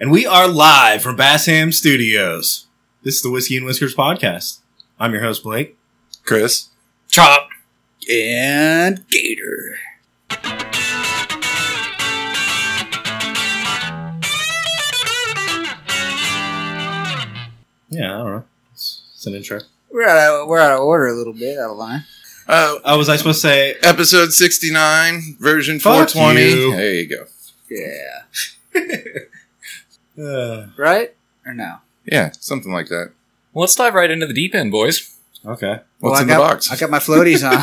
And we are live from Bassham Studios. This is the Whiskey and Whiskers podcast. I'm your host, Blake. Chris. Chop. And Gator. Yeah, I don't know. It's, it's an intro. We're out, of, we're out of order a little bit, out of line. Uh, Oh, was I supposed to say episode 69, version Fuck 420. you. There you go. Yeah. uh, Right? Or no? Yeah, something like that. Let's dive right into the deep end, boys. Okay. What's Well, I in got, the box? I got my floaties on.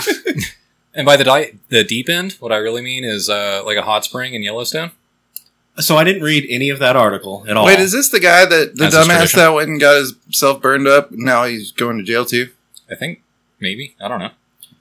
And by the di- the deep end, what I really mean is uh, like a hot spring in Yellowstone. So I didn't read any of that article at all. Wait, is this the guy that the As is dumbass tradition. that went and got himself burned up? and Now he's going to jail too. I think maybe I don't know.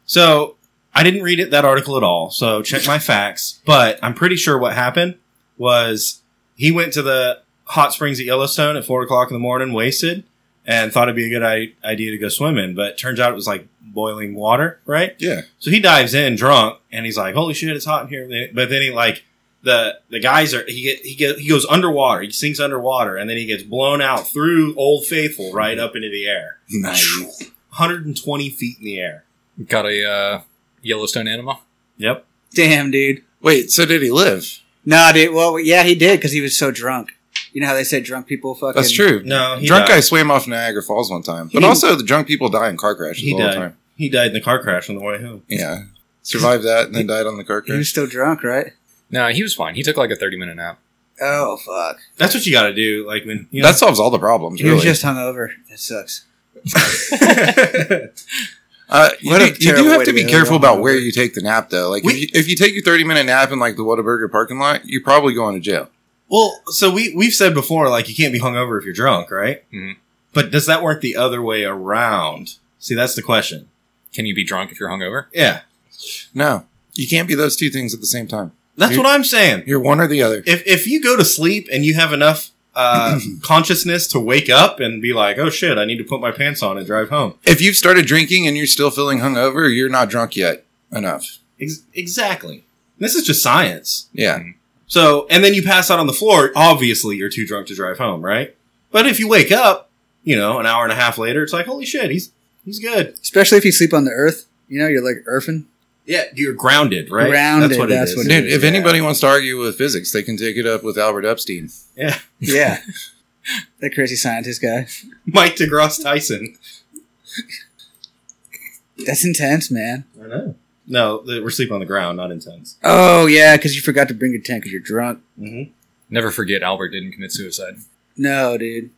So I didn't read it that article at all. So check my facts. But I'm pretty sure what happened was he went to the hot springs at Yellowstone at four o'clock in the morning, wasted, and thought it'd be a good I- idea to go swimming. But turns out it was like boiling water, right? Yeah. So he dives in drunk, and he's like, "Holy shit, it's hot in here!" But then he like the the guys are he get, he get, he goes underwater, he sinks underwater, and then he gets blown out through Old Faithful right up into the air, Nice. 120 feet in the air. Got a uh, Yellowstone enema. Yep. Damn, dude. Wait, so did he live? Nah, dude. Well, yeah, he did because he was so drunk. You know how they say drunk people fucking. That's true. No, he drunk died. guy swam off Niagara Falls one time. But He- also, the drunk people die in car crashes He all died. the time. He died in the car crash on the way home. Yeah. Survived that and then died on the car He was crash. still drunk, right? No, he was fine. He took like a thirty minute nap. Oh, fuck. That's what you got to do. Like when you know, That solves all the problems, He really. was just hungover. That sucks. Uh, you, What do, you a do terrible way have to to be go. careful about where you take the nap, though. Like, We- if, you, if you take your 30 minute nap in, like, the Whataburger parking lot, you're probably going to jail. well, so we we've said before, like you can't be hungover if you're drunk, right? Mhm. But does that work the other way around? See, that's the question. Can you be drunk if you're hungover? Yeah, No, you can't be those two things at the same time. that's You- what I'm saying. You're one or the other. If if you go to sleep and you have enough uh, consciousness to wake up and be like, oh shit, I need to put my pants on and drive home. If you've started drinking and you're still feeling hungover, you're not drunk yet enough. Ex- exactly. This is just science. Yeah. So, and then you pass out on the floor. Obviously, you're too drunk to drive home, right? But if you wake up, you know, an hour and a half later, it's like, holy shit, he's he's good. Especially if you sleep on the earth. You know, you're like earthing. Yeah, you're grounded, right? Grounded, That's what it that's is. what it Dude, if Yeah. anybody wants to argue with physics, they can take it up with Albert Epstein. Yeah. that crazy scientist guy. Mike DeGrasse Tyson. That's intense, man. I know. No, th- we're sleeping on the ground, not in tents. Oh, yeah, because you forgot to bring your tent because you're drunk. Mm-hmm. Never forget Albert didn't commit suicide. No, dude.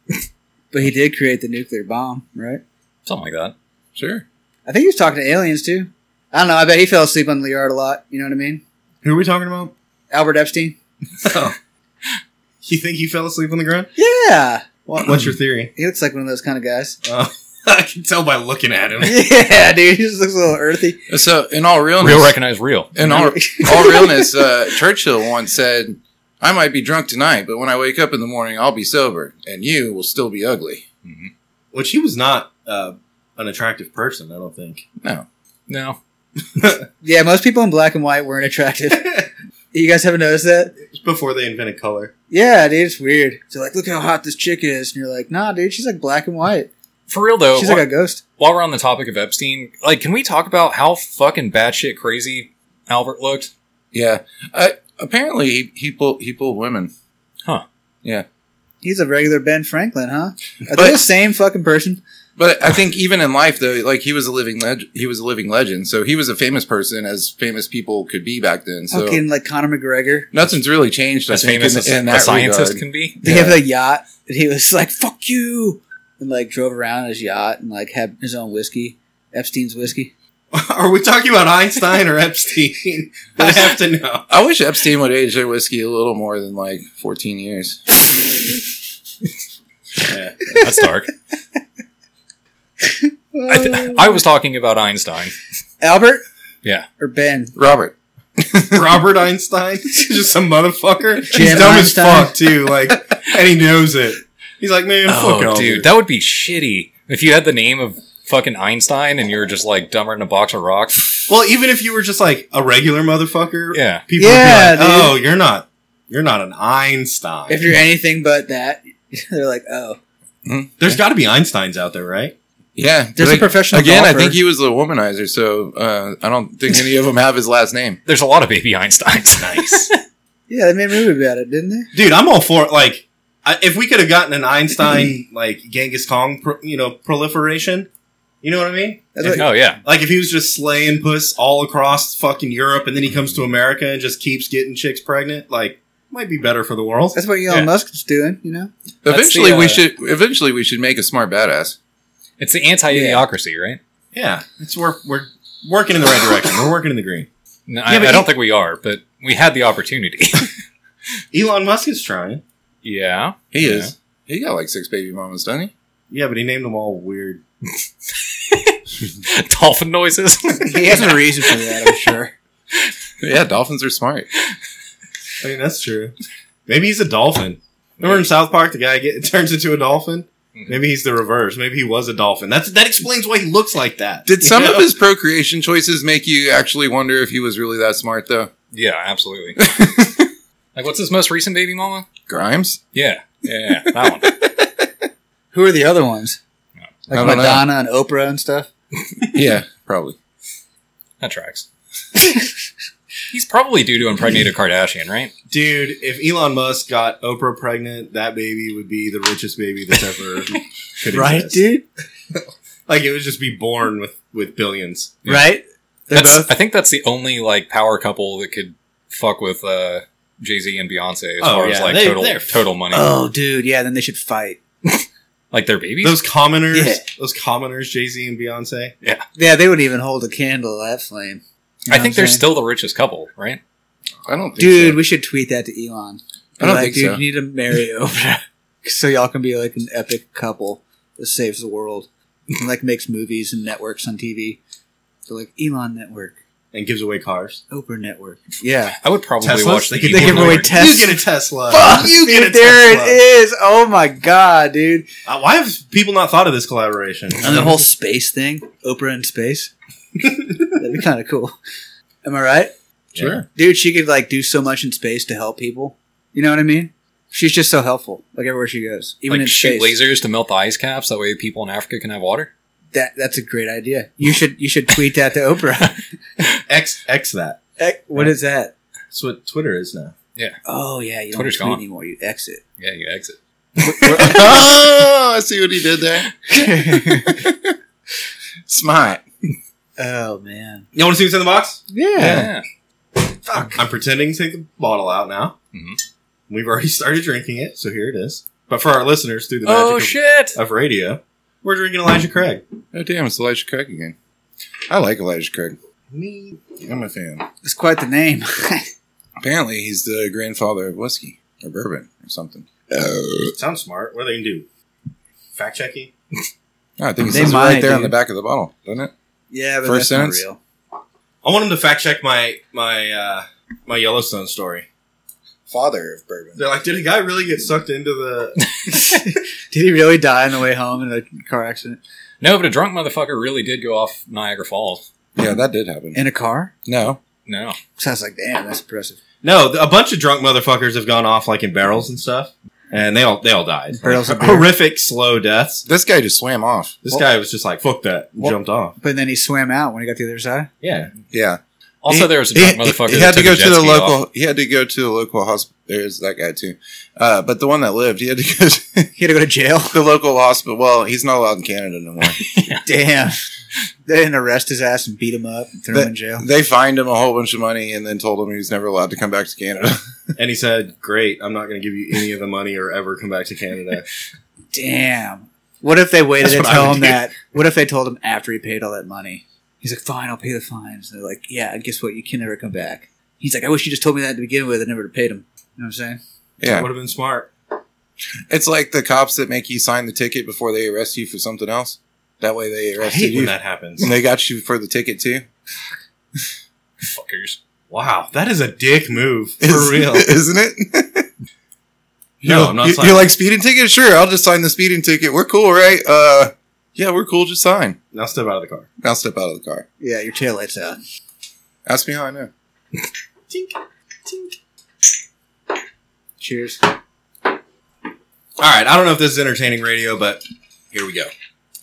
but he did create the nuclear bomb, right? Something like that. Sure. I think he was talking to aliens too. I don't know. I bet he fell asleep on the yard a lot. You know what I mean? Who are we talking about? Albert Epstein. Oh. You think he fell asleep on the ground? Yeah, What, what's your theory? he looks like one of those kind of guys. Oh, I can tell by looking at him. yeah, dude. He just looks a little earthy. So, in all realness, Real recognize real. in all, all realness, uh, Churchill once said, I might be drunk tonight, but when I wake up in the morning, I'll be sober, and you will still be ugly. hmm Which he was not uh, an attractive person, I don't think. No, yeah, most people in black and white weren't attractive. you guys haven't noticed that? Before they invented color. Yeah, dude. It's weird. So like, look how hot this chick is, and you're like, nah, dude. She's like black and white. for real though. She's wh- like a ghost. while we're on the topic of Epstein, like, can we talk about how fucking batshit crazy Albert looked? Yeah. Uh, apparently, he, he, pulled, he pulled women. He's a regular Ben Franklin, huh? Are they But- the same fucking person? But I think even in life, though, like he was a living leg- he was a living legend. So he was a famous person, as famous people could be back then. So Fucking like Conor McGregor. nothing's really changed. I As think famous in, as in a that scientist regard. can be. Did he Yeah. have a yacht? And he was like, "Fuck you," and like drove around his yacht and like had his own whiskey, Epstein's whiskey. Are we talking about Einstein or Epstein? I have to know. I wish Epstein would age their whiskey a little more than like 14 years. Yeah. That's dark. I, th- I was talking about Einstein. Albert. Yeah. Or Ben. Robert, Robert Einstein, just some motherfucker. He's Jim dumb Einstein. as fuck too. Like, and he knows it. He's like, man, fuck Oh, all dude, that would be shitty if you had the name of fucking Einstein and you were just like dumber than a box of rocks. Well, even if you were just like a regular motherfucker, Yeah, people Yeah, would be dude. like, oh, you're not, You're not an Einstein. If you're anything but that, they're like, oh, There's got to be Einsteins out there, right? Yeah. there's like- a professional Again, golfer. I think he was the womanizer, so uh, I don't think any of them have his last name. There's a lot of baby Einsteins. Nice, yeah, they made a movie about it, didn't they? dude. I'm all for it. Like, I, if we could have gotten an Einstein like Genghis Kong, pro, you know, proliferation. You know what I mean? That's If- what- oh yeah, like if he was just slaying puss all across fucking Europe, and then he comes to America and just keeps getting chicks pregnant, like might be better for the world. That's what Elon Yeah. Musk's doing, you know? That's Eventually, the, we uh, should. Eventually, we should make a smart badass. it's the anti-idiocracy, right? Yeah, it's we're we're working in the right direction. We're working in the green. No, Yeah, I, but I don't you- think we are, but we had the opportunity. Elon Musk is trying. yeah, He Yeah. is. He got like six baby mamas, doesn't he? Yeah, but he named them all weird. dolphin noises. He has a reason for that, I'm sure. Yeah, dolphins are smart. I mean, that's true. Maybe he's a dolphin. Remember in South Park, the guy get, turns into a dolphin. Hmm. Maybe he's the reverse. Maybe he was a dolphin. That's that explains why he looks like that. Did some You of know? his procreation choices make you actually wonder if he was really that smart, though? yeah, absolutely. like, what's his most recent baby mama? Grimes? Yeah, yeah, yeah, that one. Who are the other ones? I Like don't know. Madonna and Oprah and stuff? Yeah, probably. That tracks. He's probably due to impregnate a Kardashian, right? dude? If Elon Musk got Oprah pregnant, that baby would be the richest baby that's ever could exist. dude? Like it would just be born with with billions. Right? They're That's- both. I think that's the only like power couple that could fuck with uh, Jay Z and Beyonce as Oh, far as yeah, like they- total they're- total money, Oh, dude. Yeah, then they should fight. like their babies. Those commoners, Yeah. those commoners, Jay Z and Beyonce. Yeah, they wouldn't even hold a candle to that flame. You know I what think I'm they're saying? still the richest couple, right? I don't think Dude, we should tweet that to Elon. I don't like, think dude, so. you need to marry Oprah. so y'all can be like an epic couple that saves the world. And, like makes movies and networks on TV. So like Elon Network, And gives away cars. Oprah Network. Yeah. I would probably Teslas? watch. They the could- They Elon give away Musk- You Tesla. get a Tesla. Fuck you, get a dude. There Tesla. it is. Oh my god, dude. Uh, why have people not thought of this collaboration? And the whole space thing, Oprah in space. That'd be kind of cool. Am I right? Sure. Dude, she could like do so much in space to help people. You know what I mean? She's just so helpful, like everywhere she goes, even like in shoot space. lasers to melt the ice caps. That way, people in Africa can have water. That that's a great idea. You should you should tweet that to Oprah. X X that. Eh, what is that? That's what Twitter is now. Oh yeah, you don't Twitter's tweet gone. anymore. You exit. Yeah, you exit. oh, I see what he did there. Smart. oh man, You want to see what's in the box? yeah. Yeah. Fuck. I'm pretending to take the bottle out now. Mhm. We've already started drinking it, so here it is. But for our listeners, through the magic Oh of, shit! of radio, we're drinking Elijah Craig. Oh, damn, it's Elijah Craig again. I like Elijah Craig. Me. I'm a fan. It's quite the name. Apparently, he's the grandfather of whiskey or bourbon or something. Sounds smart. What are they going to do? Fact checking? Oh, I think it They says might, right there on dude. the back of the bottle, doesn't it? yeah, but First that's not sentence? real. I want them to fact check my my uh, my Yellowstone story. Father of bourbon. They're like, did a guy really get sucked into the? Did he really die on the way home in a car accident? No, but a drunk motherfucker really did go off Niagara Falls. Yeah, that did happen. In a car? No. No, Sounds like damn. That's impressive. No, th- a bunch of drunk motherfuckers have gone off like in barrels and stuff, and they all they all died. Barrels of Like, beer. horrific slow deaths. This guy just swam off. This Well- guy was just like, fuck that, and Well- jumped off. But then he swam out when he got to the other side. Yeah, Yeah. Also, He- there was a drunk motherfucker. He, that had to took go a jet to the ski local. off. He had to go to the local hospital. There's that guy too, uh, but the one that lived, he had to go to He had to go to jail. the local hospital. Well, he's not allowed in Canada no more. Damn. They didn't arrest his ass and beat him up and throw him in jail. they fined him a whole bunch of money and then told him he was never allowed to come back to Canada. and he said, "Great, I'm not going to give you any of the money or ever come back to Canada." Damn. What if they waited That's to what I tell would him do. that? What if they told him after he paid all that money? He's like, fine, I'll pay the fines. And they're like, yeah, guess what? You can never come back. He's like, I wish you just told me that to begin with. I never would have paid him. You know what I'm saying? That yeah, would have been smart. it's like the cops that make you sign the ticket before they arrest you for something else. That way they I arrested hate when you that happens. and they got you for the ticket too. Fuckers. Wow, that is a dick move for Is- real. isn't it? No, I'm not You, signing. you're like speeding ticket. Sure, I'll just sign the speeding ticket. We're cool, right? Uh, yeah, we're cool. Just sign. Now step out of the car. Now step out of the car. Yeah, your taillight's out. Ask me how I know. Tink, tink. Cheers. All right, I don't know if this is entertaining radio, but here we go.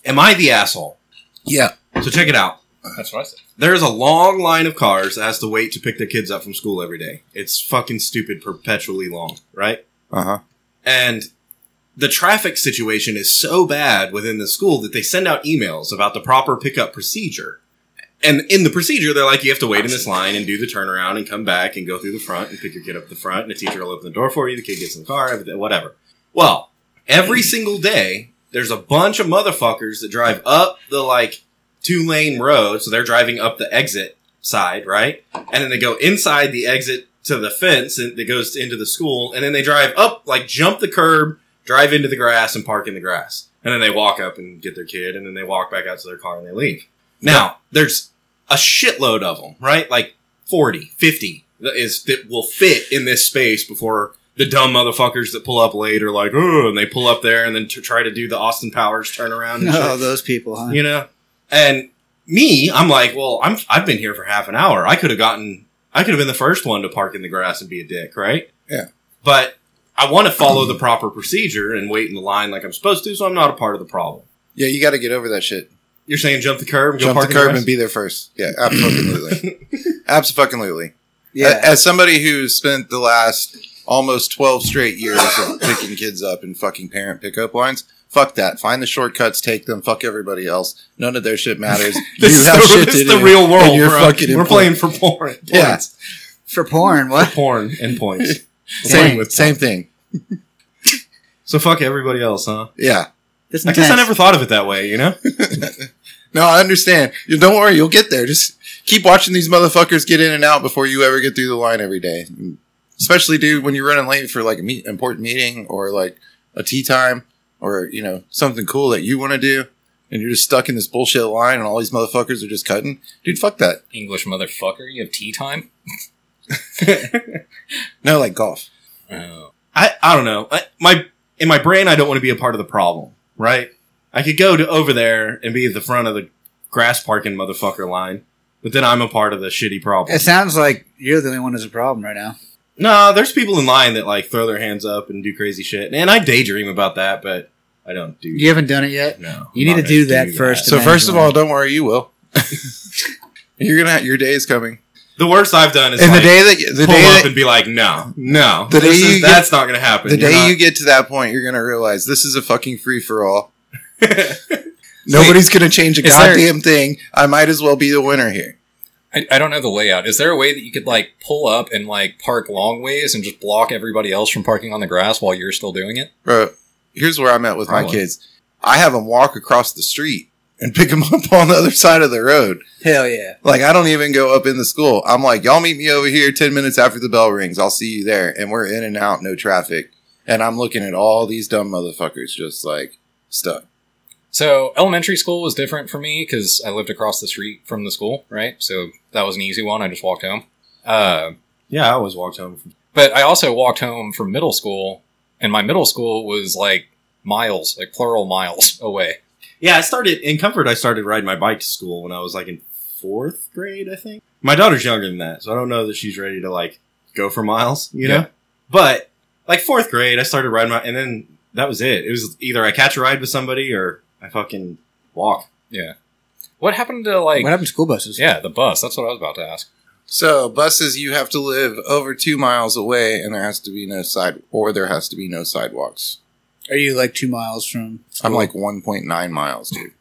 Am I the asshole? Yeah. So check it out. That's what I said. There is a long line of cars that has to wait to pick their kids up from school every day. It's fucking stupid, perpetually long, right? Uh huh. And the traffic situation is so bad within the school that they send out emails about the proper pickup procedure. And in the procedure, they're like, you have to wait in this line and do the turnaround and come back and go through the front and pick your kid up at the front, and the teacher will open the door for you. The kid gets in the car, everything- whatever. Well, every single day, there's a bunch of motherfuckers that drive up the like two lane road. So they're driving up the exit side, right? And then they go inside the exit to the fence and that goes into the school. And then they drive up, like jump the curb, drive into the grass and park in the grass. And then they walk up and get their kid. And then they walk back out to their car and they leave. Now there's a shitload of them, right? Like 40, 50 that is that will fit in this space before the dumb motherfuckers that pull up late are like, oh, and they pull up there and then to try to do the Austin Powers turnaround. And shit Oh, those people, huh? you know and me i'm like well i'm i've been here for half an hour i could have gotten i could have been the first one to park in the grass and be a dick right Yeah. but i want to follow the proper procedure and wait in the line like i'm supposed to so i'm not a part of the problem Yeah, you got to get over that shit. you're saying jump the curb and go Jump park the curb in the and be there first. Yeah, absolutely. absolutely. Yeah. Uh, As somebody who spent the last almost 12 straight years of picking kids up in fucking parent pickup lines, fuck that. Find the shortcuts, take them, fuck everybody else. None of their shit matters. this you is have the, shit this to is the do, real world and you're bro. fucking we're important. playing for porn Yeah. points. For porn, what? porn and points Same, with same thing. so fuck everybody else huh Yeah. That's i guess i intense. never thought of it that way you know No, I understand. You don't worry, you'll get there. Just keep watching these motherfuckers get in and out before you ever get through the line every day. Especially, dude, when you're running late for like a meet, important meeting or like a tea time or you know something cool that you want to do, and you're just stuck in this bullshit line, and all these motherfuckers are just cutting. Dude, fuck that. English motherfucker, you have tea time? No, like golf. Oh. I, I don't know. I, my in my brain, I don't want to be a part of the problem, right? I could go to over there and be at the front of the grass parking motherfucker line, but then I'm a part of the shitty problem. It sounds like you're the only one who's a problem right now. no, there's people in line that like throw their hands up and do crazy shit, and I daydream about that, but I don't do. You haven't done it yet. No, You I'm not need to gonna do that first. So Demand first of one. all, don't worry, you will. you're gonna. Your day is coming. The worst I've done is And like, the day that the pull day up that, and be like, no, no, The day this is- you get- that's not gonna happen. the You're day not- you get to that point, you're gonna realize this is a fucking free for all. Nobody's going to change a Is there- goddamn thing. I might as well be the winner here. I, I don't know the layout. Is there a way that you could like pull up and like park long ways and just block everybody else from parking on the grass while you're still doing it? Bro, here's where I'm at with my Probably. kids. I have them walk across the street and pick them up on the other side of the road. hell yeah. Like, I don't even go up in the school. I'm like, y'all meet me over here 10 minutes after the bell rings. I'll see you there. And we're in and out, no traffic. And I'm looking at all these dumb motherfuckers just like stuck. So elementary school was different for me because I lived across the street from the school, right? So that was an easy one. I just walked home. Uh, yeah, I always walked home. From- but I also walked home from middle school, and my middle school was like miles, like plural miles away. Yeah, I started in comfort. I started riding my bike to school when I was like in fourth grade, I think. My daughter's younger than that, so I don't know that she's ready to like go for miles, you know. Yeah. But like fourth grade, I started riding my, and then that was it. It was either I catch a ride with somebody or I fucking walk. What happened to like? what happened to school buses? yeah, the bus. That's what I was about to ask. So, buses, you have to live over two miles away and there has to be no side or there has to be no sidewalks. Are you like two miles from? I'm like 1.9 miles, dude.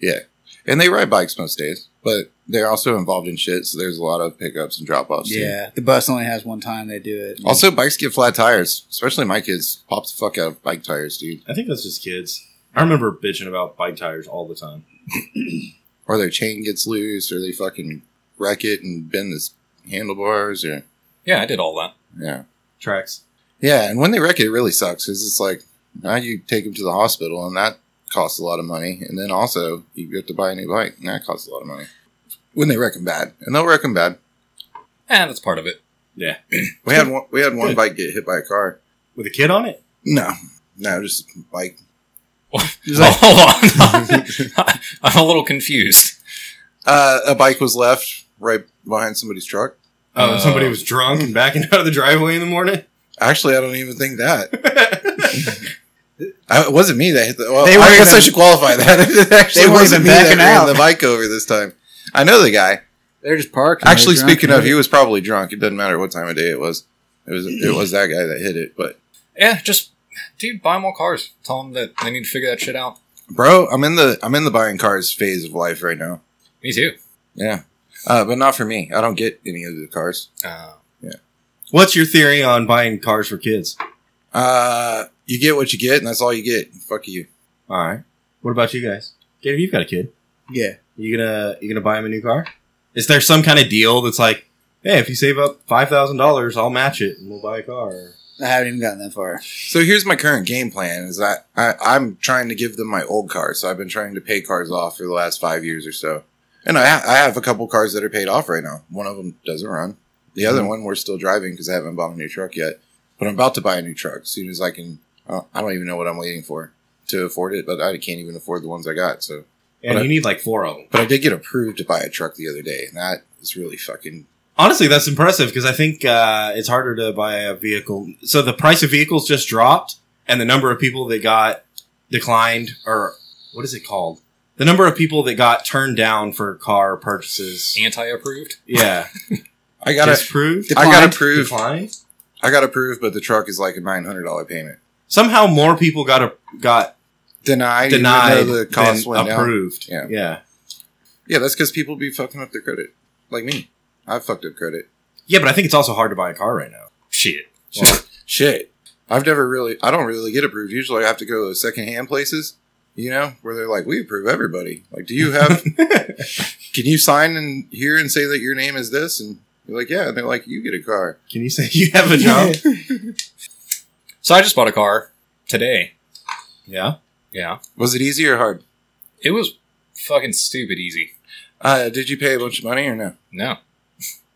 Yeah. And they ride bikes most days, but they're also involved in shit. So there's a lot of pickups and drop offs. Yeah, the bus only has one time they do it. Also, bikes get flat tires, especially my kids. Pop the fuck out of bike tires, dude. I think that's just kids. I remember bitching about bike tires all the time. Or their chain gets loose, or they fucking wreck it and bend the s- handlebars, or Yeah, I did all that. yeah, Tracks. yeah. And when they wreck it, it really sucks because it's like now you take them to the hospital, and that costs a lot of money. And then also you have to buy a new bike, and that costs a lot of money. When they wreck them bad, and they'll wreck them bad. Eh, that's part of it. We had one. We had one Good. bike get hit by a car. With a kid on it? No, no, just a bike. It's like- hold on. I'm a little confused. Uh, a bike was left right behind somebody's truck. Oh, Uh, somebody was drunk and backing out of the driveway in the morning? Actually, I don't even think that. I, it wasn't me that hit the. Well, They I weren't guess I even- should qualify that. it actually They weren't wasn't even me that backing ran out. the bike over this time. I know the guy. They're just parked. and they're Actually, drunk speaking and of, he was probably drunk. It doesn't matter what time of day it was. It was it was that guy that hit it. But Yeah, just dude, buy more cars. Tell them that they need to figure that shit out. bro, I'm in the I'm in the buying cars phase of life right now. Me too. Yeah, uh, but not for me. I don't get any of the cars. Uh, What's your theory on buying cars for kids? Uh, you get what you get, and that's all you get. Fuck you. All right. What about you guys? Gabe, you've got a kid. Yeah. You gonna you gonna buy him a new car? Is there some kind of deal that's like, hey, if you save up five thousand dollars, I'll match it and we'll buy a car? I haven't even gotten that far. So here's my current game plan: is that I, I'm trying to give them my old cars. So I've been trying to pay cars off for the last five years or so, and I, ha- I have a couple cars that are paid off right now. One of them doesn't run. The other one we're still driving because I haven't bought a new truck yet. But I'm about to buy a new truck as soon as I can. Uh, I don't even know what I'm waiting for to afford it, but I can't even afford the ones I got. So, And But I- you need like four of them. but I did get approved to buy a truck the other day, and that is really fucking Honestly, that's impressive because I think uh, it's harder to buy a vehicle. So the price of vehicles just dropped, and the number of people that got declined, or what is it called? The number of people that got turned down for car purchases. anti-approved. Yeah, I got just proved. I got Declined. approved. Declined. I got approved, but the truck is like a nine hundred dollar payment. Somehow more people got a, got Denied. even denied though the than cost went down. approved. Yeah. yeah, Yeah, that's because people be fucking up their credit, like me. I fucked up credit. yeah. But I think it's also hard to buy a car right now. Shit. Shit, I've never really. I don't really get approved. Usually, I have to go to secondhand places. You know, where they're like, we approve everybody. Like, do you have? can you sign in here and say that your name is this? And you're like, yeah. And they're like, you get a car. Can you say you have a job? So I just bought a car today. yeah. Yeah, Was it easy or hard? it was fucking stupid easy. Uh, did you pay a bunch of money or no? No,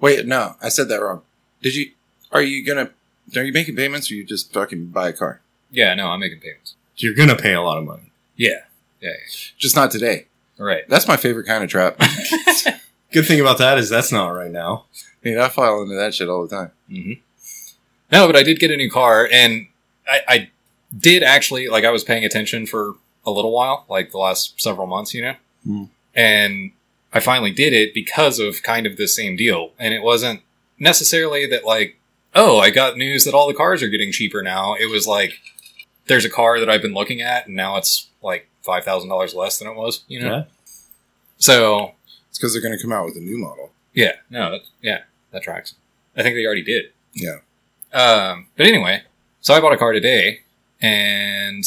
Wait, no, I said that wrong. Did you? Are you gonna? Are you making payments or you just fucking buy a car? yeah, no, I'm making payments. You're gonna pay a lot of money. Yeah, yeah, Just not today. All right. That's my favorite kind of trap. Good thing about that is that's not right now. Dude, I fall into that shit all the time. hmm No, but I did get a new car, and I, I did actually like I was paying attention for a little while, like the last several months, you know. Mm. And I finally did it because of kind of the same deal, and it wasn't necessarily that like, oh, I got news that all the cars are getting cheaper now. It was like there's a car that I've been looking at, and now it's like five thousand dollars less than it was, you know. Yeah. So It's because they're going to come out with a new model. yeah, no, that, yeah, that tracks. I think they already did. Yeah. Um, but anyway, so I bought a car today and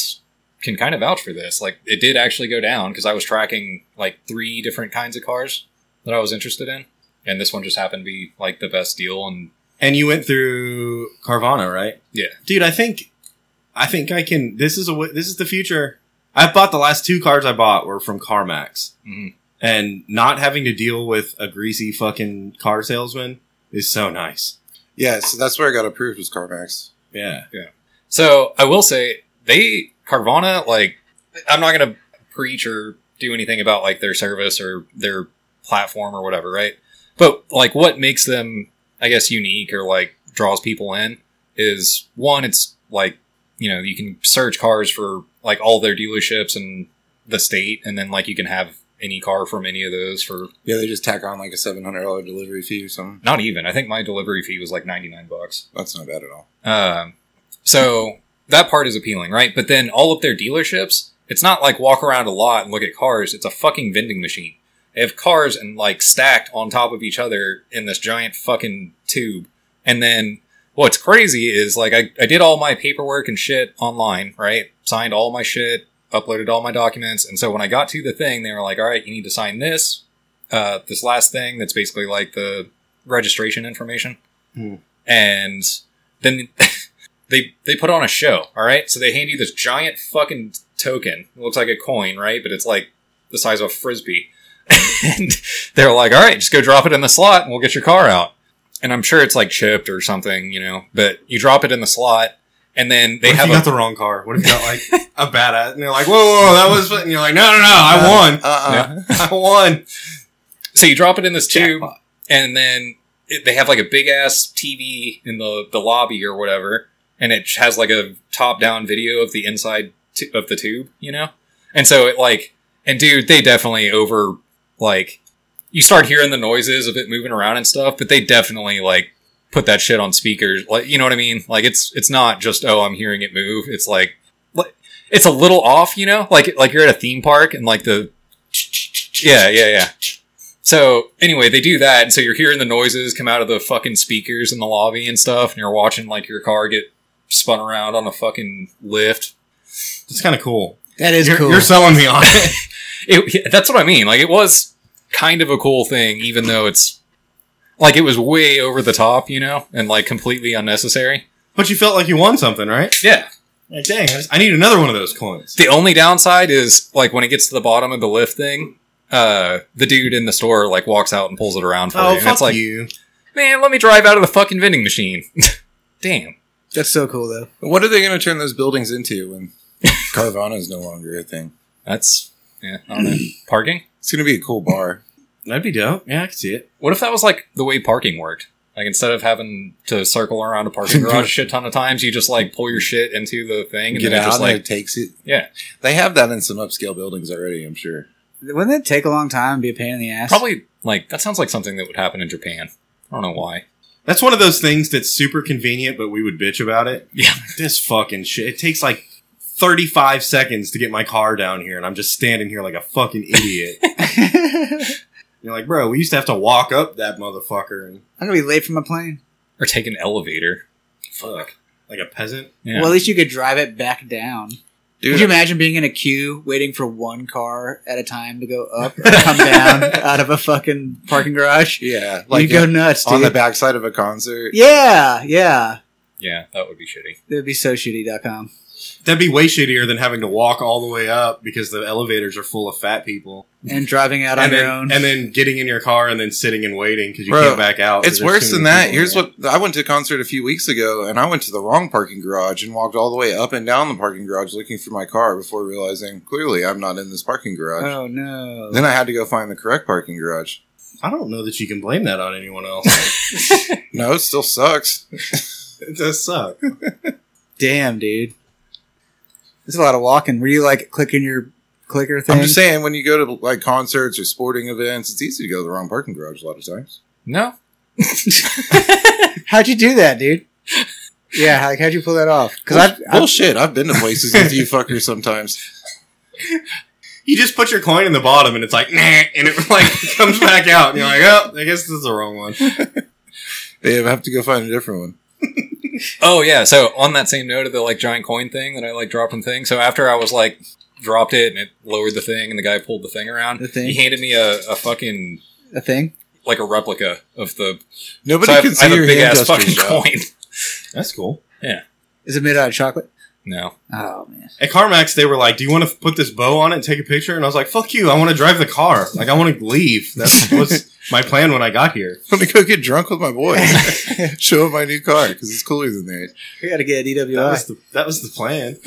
can kind of vouch for this. Like, it did actually go down because I was tracking like three different kinds of cars that I was interested in. And this one just happened to be like the best deal. And And you went through Carvana, right? Yeah. dude. I think, I think I can. This is a w- this is the future. I bought the last two cars I bought were from CarMax, Mhm. and not having to deal with a greasy fucking car salesman is so nice. Yeah, so that's where I got approved was CarMax. Yeah, so I will say they, Carvana, like, I'm not going to preach or do anything about like their service or their platform or whatever, right? But like what makes them, I guess, unique or like draws people in is one, it's like, you know, you can search cars for like all their dealerships and the state, and then like you can have any car from any of those for Yeah, they just tack on like a seven hundred dollar delivery fee or something. not even. I think my delivery fee was like 99 bucks. That's not bad at all. Um, so that part is appealing, right? But then all of their dealerships, it's not like walk around a lot and look at cars. It's a fucking vending machine. They have cars and like stacked on top of each other in this giant fucking tube. And then what's crazy is like I, I did all my paperwork and shit online, right? Signed all my shit, uploaded all my documents. And so when I got to the thing, they were like, all right, you need to sign this, uh, this last thing that's basically like the registration information. Hmm. And then they they put on a show, all right? So they hand you this giant fucking token. It looks like a coin, right? But it's like the size of a frisbee. and they're like, "All right, just go drop it in the slot and we'll get your car out." And I'm sure it's like chipped or something, you know, but you drop it in the slot and then they what if have you a, got the wrong car? What if you got like a badass? And they're like, whoa, whoa, whoa, that was. And you're like, no, no, no, I won, Uh-uh. I won. so you drop it in this tube Jackpot. and then it, they have like a big ass TV in the the lobby or whatever, and it has like a top down video of the inside t- of the tube, you know? And so it like, and dude, they definitely over, like, you start hearing the noises of it moving around and stuff, but they definitely like put that shit on speakers. Like, you know what I mean? Like, it's, it's not just, oh, I'm hearing it move. It's like, like- it's a little off, you know? Like, like you're at a theme park and like the, yeah, yeah, yeah. So anyway, they do that, and so you're hearing the noises come out of the fucking speakers in the lobby and stuff, and you're watching like your car get spun around on a fucking lift. It's kind of cool. That is You're, cool. you're selling me on it. It, that's what I mean. Like it was kind of a cool thing, even though it's like it was way over the top, you know, and like completely unnecessary. but you felt like you won something, right? Yeah. Like, dang, I, just, I need another one of those coins. The only downside is like when it gets to the bottom of the lift thing, uh, the dude in the store like walks out and pulls it around for you, Oh, and fuck it's like, you. man, let me drive out of the fucking vending machine. Damn. That's so cool though. What are they going to turn those buildings into when Carvana is no longer a thing? That's yeah, I don't know. parking? It's going to be a cool bar. That'd be dope. Yeah, I can see it. What if that was like the way parking worked? Like instead of having to circle around a parking garage a shit ton of times, you just like pull your shit into the thing and Get then out it just and like it takes it. Yeah. They have that in some upscale buildings already, I'm sure. Wouldn't it take a long time and be a pain in the ass? probably like that sounds like something that would happen in Japan. I don't know why. That's one of those things that's super convenient, but we would bitch about it. Yeah. This fucking shit. It takes like 35 seconds to get my car down here, and I'm just standing here like a fucking idiot. You're like, bro, we used to have to walk up that motherfucker and I'm gonna be late for my plane. Or take an elevator. fuck. Like a peasant. Yeah. Well, at least you could drive it back down. Dude, Could you imagine being in a queue waiting for one car at a time to go up and come down out of a fucking parking garage? yeah. you Like uh, go nuts, dude. on the backside of a concert. yeah, yeah. yeah, that would be shitty. It would be so shitty.com. That'd be way shittier than having to walk all the way up because the elevators are full of fat people. And driving out on and your then, own. and then getting in your car and then sitting and waiting because you Bro, can't back out. 'cause It's there's worse too than many that. people Here's around. what I went to a concert a few weeks ago, and I went to the wrong parking garage and walked all the way up and down the parking garage looking for my car before realizing clearly I'm not in this parking garage. oh no. Then I had to go find the correct parking garage. I don't know that you can blame that on anyone else. No, it still sucks. it does suck. Damn, dude. There's a lot of walking. Were you like clicking your clicker thing? I'm just saying, when you go to like concerts or sporting events, it's easy to go to the wrong parking garage a lot of times. No. how'd you do that, dude? Yeah, like how'd you pull that off? Because I, Bull- bullshit. I've been to places with you fuckers sometimes. You just put your coin in the bottom and it's like, nah, and it like comes back out. And you're like, oh, I guess this is the wrong one. Yeah, I have to go find a different one. Oh yeah. So on that same note of the like giant coin thing that I like dropping thing. So after I was like dropped it and it lowered the thing and the guy pulled the thing around. The thing? He handed me a, a fucking a thing. like a replica of the Nobody So I have, can I see have your a big hand ass gestures. Joe. fucking coin. That's cool. Is it made out of chocolate? No. Oh man. At CarMax, they were like, do you want to put this bow on it and take a picture? And I was like, fuck you. I want to drive the car. Like, I want to leave. That was my plan when I got here. Let me go get drunk with my boys. Show them my new car because it's cooler than theirs. We gotta get a DWI. That was the, that was the plan.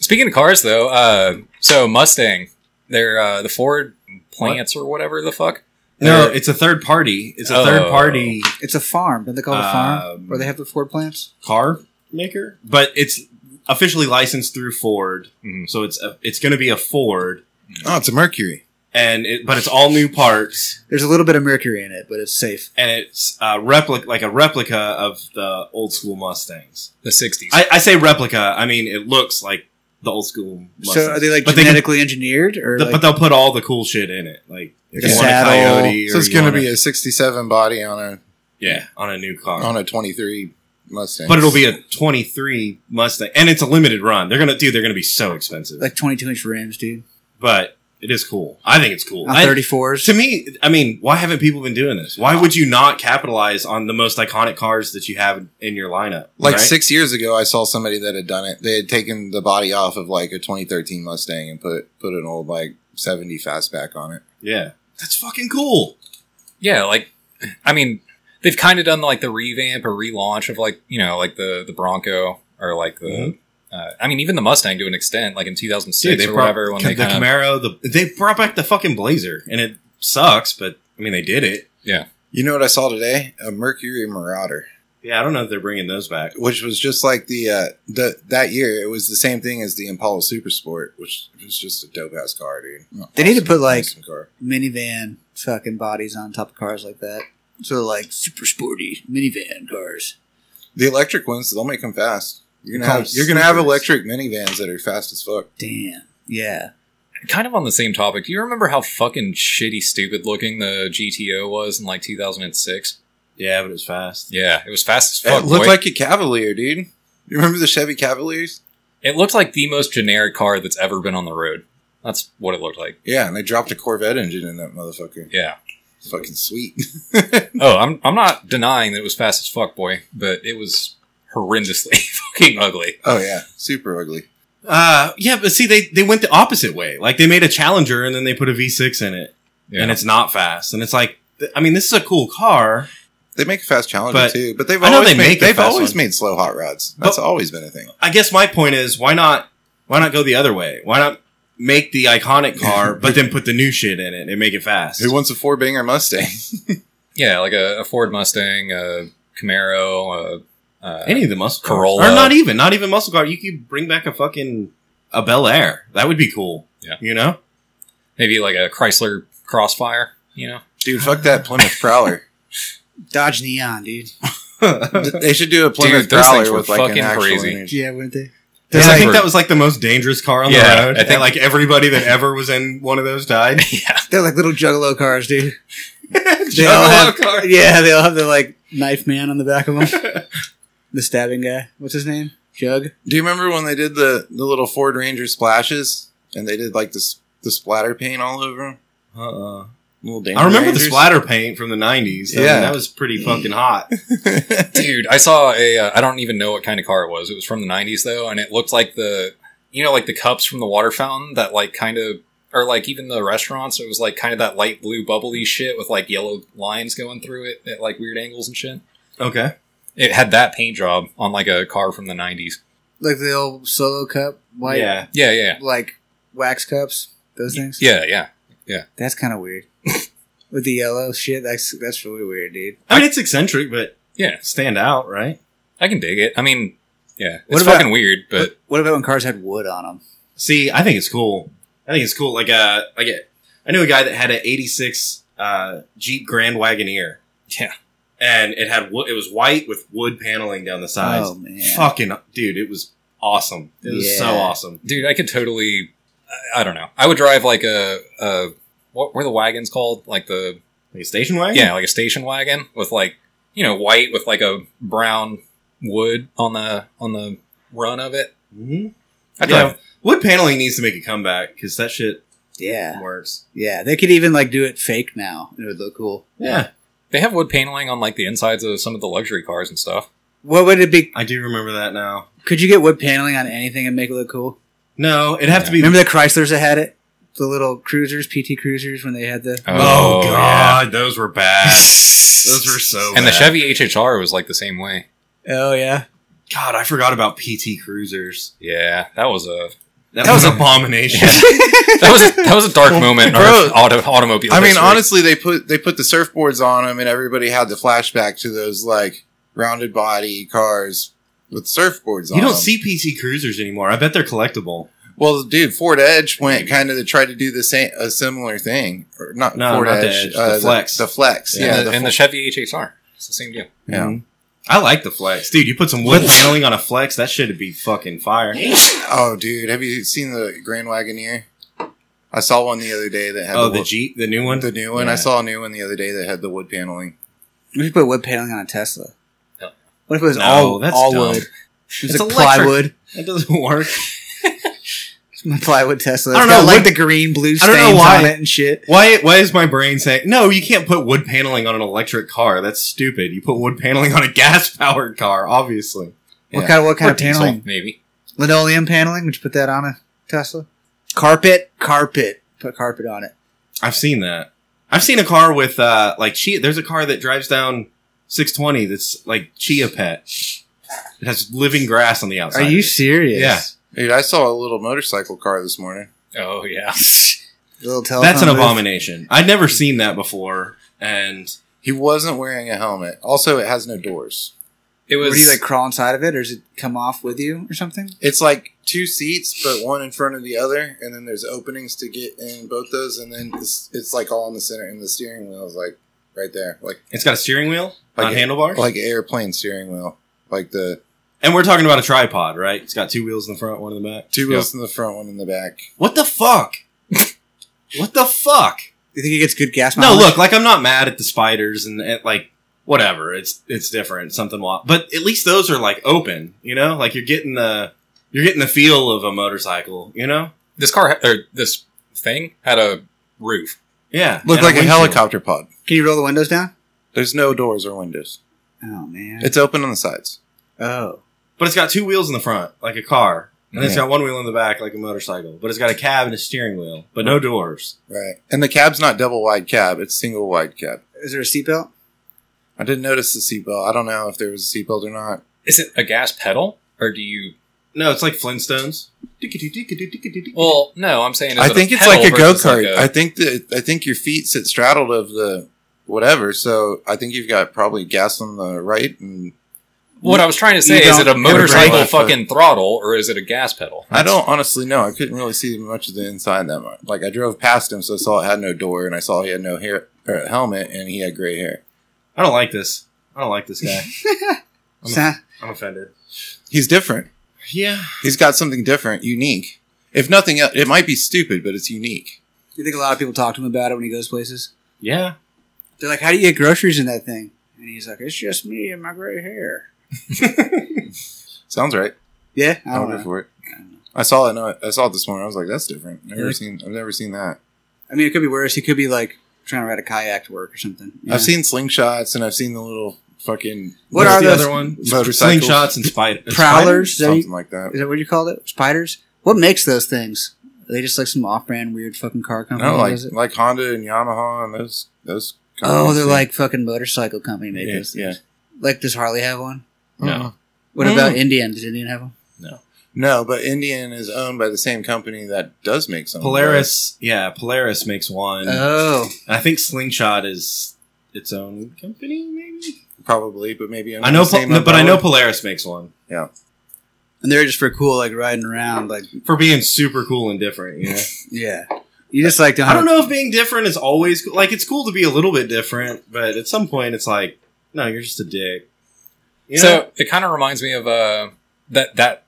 Speaking of cars, though, uh, so Mustang, they're uh, the Ford plants or whatever the fuck. No, They're- Uh, it's a third party. It's a Oh. third party It's a farm. Don't they call it a farm? Um, Where they have the Ford plants? car maker, but it's officially licensed through Ford. Mm-hmm. Mhm. So it's a, it's going to be a Ford, Oh, it's a Mercury. and it, but it's all new parts. There's a little bit of mercury in it, but it's safe. and it's a replica, like a replica of the old school Mustangs. the '60s. I, I say replica. I mean, it looks like the old school. Mustangs. So are they like But they can- genetically engineered or the- like, but they'll put all the cool shit in it, like if The you want a saddle. coyote. So or it's you going to want be a '67 body on a yeah on a new car, on a '23 Mustang. but it'll be a twenty three Mustang, and it's a limited run. They're gonna dude, they're gonna be so expensive, like 22 inch rims, dude? but it is cool. I think it's cool. On I- 34s. to me, I mean, why haven't people been doing this? Why would you not capitalize on the most iconic cars that you have in your lineup? Like right? six years ago, I saw somebody that had done it. They had taken the body off of like a 2013 Mustang and put put an old like 70 fastback on it. yeah, that's fucking cool. yeah, like I mean, they've kind of done like the revamp or relaunch of like you know like the the Bronco or like the. Mhm. Mm-hmm. Uh, I mean, even the Mustang to an extent, like in 2006 Dude, they or brought whatever, when the they kind of Camaro. The, they brought back the fucking Blazer, and it sucks, but I mean they did it. You know what I saw today? A Mercury Marauder. Yeah, I don't know if they're bringing those back. which was just like the uh the that year it was the same thing as the impala super sport which was just a dope ass car dude They need to Awesome, put, like- awesome car. minivan fucking bodies on top of cars like that. So like super sporty minivan cars. the electric ones they'll make them fast you're gonna Call have them you're gonna have supers. electric minivans that are fast as fuck Damn. Yeah. Kind of on the same topic. Do you remember how fucking shitty, stupid looking the GTO was in like 2006? Yeah, but it's fast. Yeah, it was fast as it fuck. looked boy. like a cavalier dude you remember the chevy cavaliers it looked like the most generic car that's ever been on the road. That's what it looked like. yeah and they dropped a corvette engine in that motherfucker Yeah. fucking sweet Oh, I'm I'm not denying that it was fast as fuck, boy, but it was horrendously fucking ugly. oh yeah super ugly Uh, yeah, but see, they, they went the opposite way. Like they made a Challenger and then they put a V6 in it, Yeah. and it's not fast. And it's like, th- I mean, this is a cool car. they make a fast challenger But- too, but they've I know always they made, make a they've fast always one. made slow hot rods. That's But- always been a thing. I guess my point is, why not? Why not go the other way? Why not make the iconic car, but then put the new shit in it and make it fast? Who wants a four banger Mustang? yeah, like a, a Ford Mustang, a Camaro, a, uh, Any of the muscle cars. Corolla. or not even, not even muscle car. You could bring back a fucking a Bel Air. That would be cool. Yeah. you know. maybe like a Chrysler Crossfire. You know, Dude, fuck that Plymouth Prowler. Dodge Neon, dude. they should do a Plymouth Dude, those things Prowler were with like an fucking actual crazy. energy. Yeah, weren't they? They're Because I like- think that was like the most dangerous car on Yeah, the road. I think- and like everybody that ever was in one of those died. yeah, They're like little juggalo cars, dude. They all have- car. Yeah, they all have the like knife man on the back of them. the stabbing guy. What's his name? Jug. Do you remember when they did the, the little Ford Ranger splashes and they did like this the splatter paint all over them? Uh-uh. Little Danger I remember the Rangers? splatter paint from the '90s. I mean, Yeah. that was pretty fucking hot. dude, I saw a. Uh, I don't even know what kind of car it was. It was from the '90s though, and it looked like the, you know, like the cups from the water fountain that like kind of. Or like even the restaurants, it was like kind of that light blue bubbly shit with like yellow lines going through it at like weird angles and shit. Okay, It had that paint job on like a car from the '90s. Like the old solo cup, white yeah. Yeah, yeah, like wax cups, those things. yeah, yeah. That's kind of weird. With the yellow shit, that's that's really weird, dude. I mean, it's eccentric, but Yeah. stand out, right? I can dig it. I mean, yeah, What it's about- fucking weird, but what about when cars had wood on them? See, I think it's cool. I think it's cool. Like, uh, like uh, I knew a guy that had an '86 uh, Jeep Grand Wagoneer. Yeah. and it had wo- it was white with wood paneling down the sides. Oh man, Fucking dude, it was awesome. It was so Yeah. awesome. dude, I could totally. I, I don't know. I would drive like a a what were the wagons called? Like the Like a station wagon. yeah, like a station wagon with like you know white with like a brown wood on the on the run of it. Mhm. I Yeah. drive. Wood paneling needs to make a comeback because that shit yeah, works. yeah. They could even like do it fake now. It would look cool. Yeah, They have wood paneling on like the insides of some of the luxury cars and stuff. What would it be? I do remember that now. Could you get wood paneling on anything and make it look cool? No, it'd have to be Remember the Chryslers that had it? The little cruisers, PT cruisers, when they had the Oh, yeah. god, those were bad. those were so. And the bad. Chevy HHR was like the same way. oh yeah, God, I forgot about PT Cruisers. Yeah, that was a That, That was was an abomination. that was that was a dark Well, moment in bro, our auto, automobile. I mean, history. honestly, they put they put the surfboards on them, and everybody had the flashback to those like rounded body cars with surfboards. on you don't 'em. see PT Cruisers anymore. I bet they're collectible. Well, dude, Ford Edge went kind of to try to do the same a similar thing, or not No, Ford not the Edge, Edge, uh, the Flex. the, Flex, yeah, and, the, the and Fo- the Chevy HHR. It's the same deal. Yeah. Mhm. Mm-hmm. I like the flex, dude. You put some wood paneling on a flex, that shit would be fucking fire. oh, dude, have you seen the Grand Wagoneer? I saw one the other day that had Oh, the, the wood- Jeep, the new one. the new one. I Yeah. saw a new one the other day that had the wood paneling. we should put wood paneling on a Tesla. No. What if it was No, all that's all dumb. wood? It was It's like electric. plywood, That doesn't work. plywood Tesla. I It's don't got, know, like wood- the green blue I don't know stains why. on it and shit. Why? Why is my brain saying no? You can't put wood paneling on an electric car. That's stupid. You put wood paneling on a gas powered car, obviously. What Yeah. kind of what kind Or of paneling? diesel, maybe. Linoleum paneling. Would you put that on a Tesla? Carpet, carpet. Put carpet on it. I've seen that. I've seen a car with uh like chia. There's a car that drives down 620 that's like chia pet. It has living grass on the outside. Are you serious? Yeah. Dude, I saw a little motorcycle car this morning. Oh yeah. Little Oh, telephone. That's an booth. abomination. I'd Hmm. never seen that before, and He wasn't wearing a helmet. Also, it has no doors. It was Where do you like crawl inside of it, or does it come off with you, or something? It's like two seats, but one in front of the other, and then there's openings to get in both those, and then it's, it's like all in the center, and the steering wheel is like right there, like It's got a steering wheel, Like not it- handlebars. like an airplane steering wheel, like the and we're talking about a tripod, right? It's got two wheels in the front, one in the back. two wheels in the front, one in the back. What the fuck? what the fuck? Do you think it gets good gas? No, mileage? look, like I'm not mad at the spiders and at, like whatever. It's it's different, something. Wa- but at least those are like open, you know. Like you're getting the you're getting the feel of a motorcycle, you know. this car or this thing had a roof. Yeah, and Looked like a windshield. helicopter pod. Can you roll the windows down? There's no doors or windows. Oh man. It's open on the sides. oh. but it's got two wheels in the front, like a car, and it's Yeah. got one wheel in the back, like a motorcycle. But it's got a cab and a steering wheel, but no doors. Right. And the cab's not double wide cab, it's single wide cab. Is there a seatbelt? I didn't notice the seatbelt. I don't know if there was a seatbelt or not. Is it a gas pedal or do you? No, it's like Flintstones. Well, no, I'm saying. Is I it think it's pedal like a go versus kart. a- I think that I think your feet sit straddled of the whatever. So I think you've got probably gas on the right, and What I was trying to say You is it don't have a a brake motorcycle light, but- fucking throttle or is it a gas pedal? I don't honestly know. I couldn't really see much of the inside that much. Like I drove past him, so I saw it had no door, and I saw he had no hair or helmet, and he had gray hair. I don't like this. I don't like this guy. I'm- Sa- I'm offended. He's different. Yeah, He's got something different, unique. If nothing else, it might be stupid, but it's unique. you think a lot of people talk to him about it when he goes places? yeah. They're like, "How do you get groceries in that thing?" And he's like, "It's just me and my gray hair." Sounds right. Yeah, I I don't wonder know. for it. I saw it. No, I saw it this morning. I was like, "That's different." I've never seen. I've never seen that. I mean, it could be worse. He could be like trying to ride a kayak to work or something. you know? I've seen slingshots and I've seen the little fucking What What's are the those other one? motorcycles? Slingshots and spider Prowlers? Is that, something like that. is that what you called it? Spiders? What makes those things? Are they just like some off-brand weird fucking car company? No, that Oh, like does it? like Honda and Yamaha and those those. oh, companies, they're yeah. like fucking motorcycle company made Yeah, those things. yeah. Like does Harley have one? no, What Mm. about Indian? Does Indian have one? no, but Indian is owned by the same company that does make some Polaris, yeah, Polaris makes one. Oh, I think Slingshot is its own company, maybe. probably, but maybe under I know, the same Pol- but I know umbrella. Polaris makes one and they're just for cool, like riding around, like for being super cool and different. You know? yeah. You just like don't. I don't know if being different is always cool. like it's cool to be a little bit different, but at some point it's like, no, you're just a dick. You know? So it kind of reminds me of uh, that that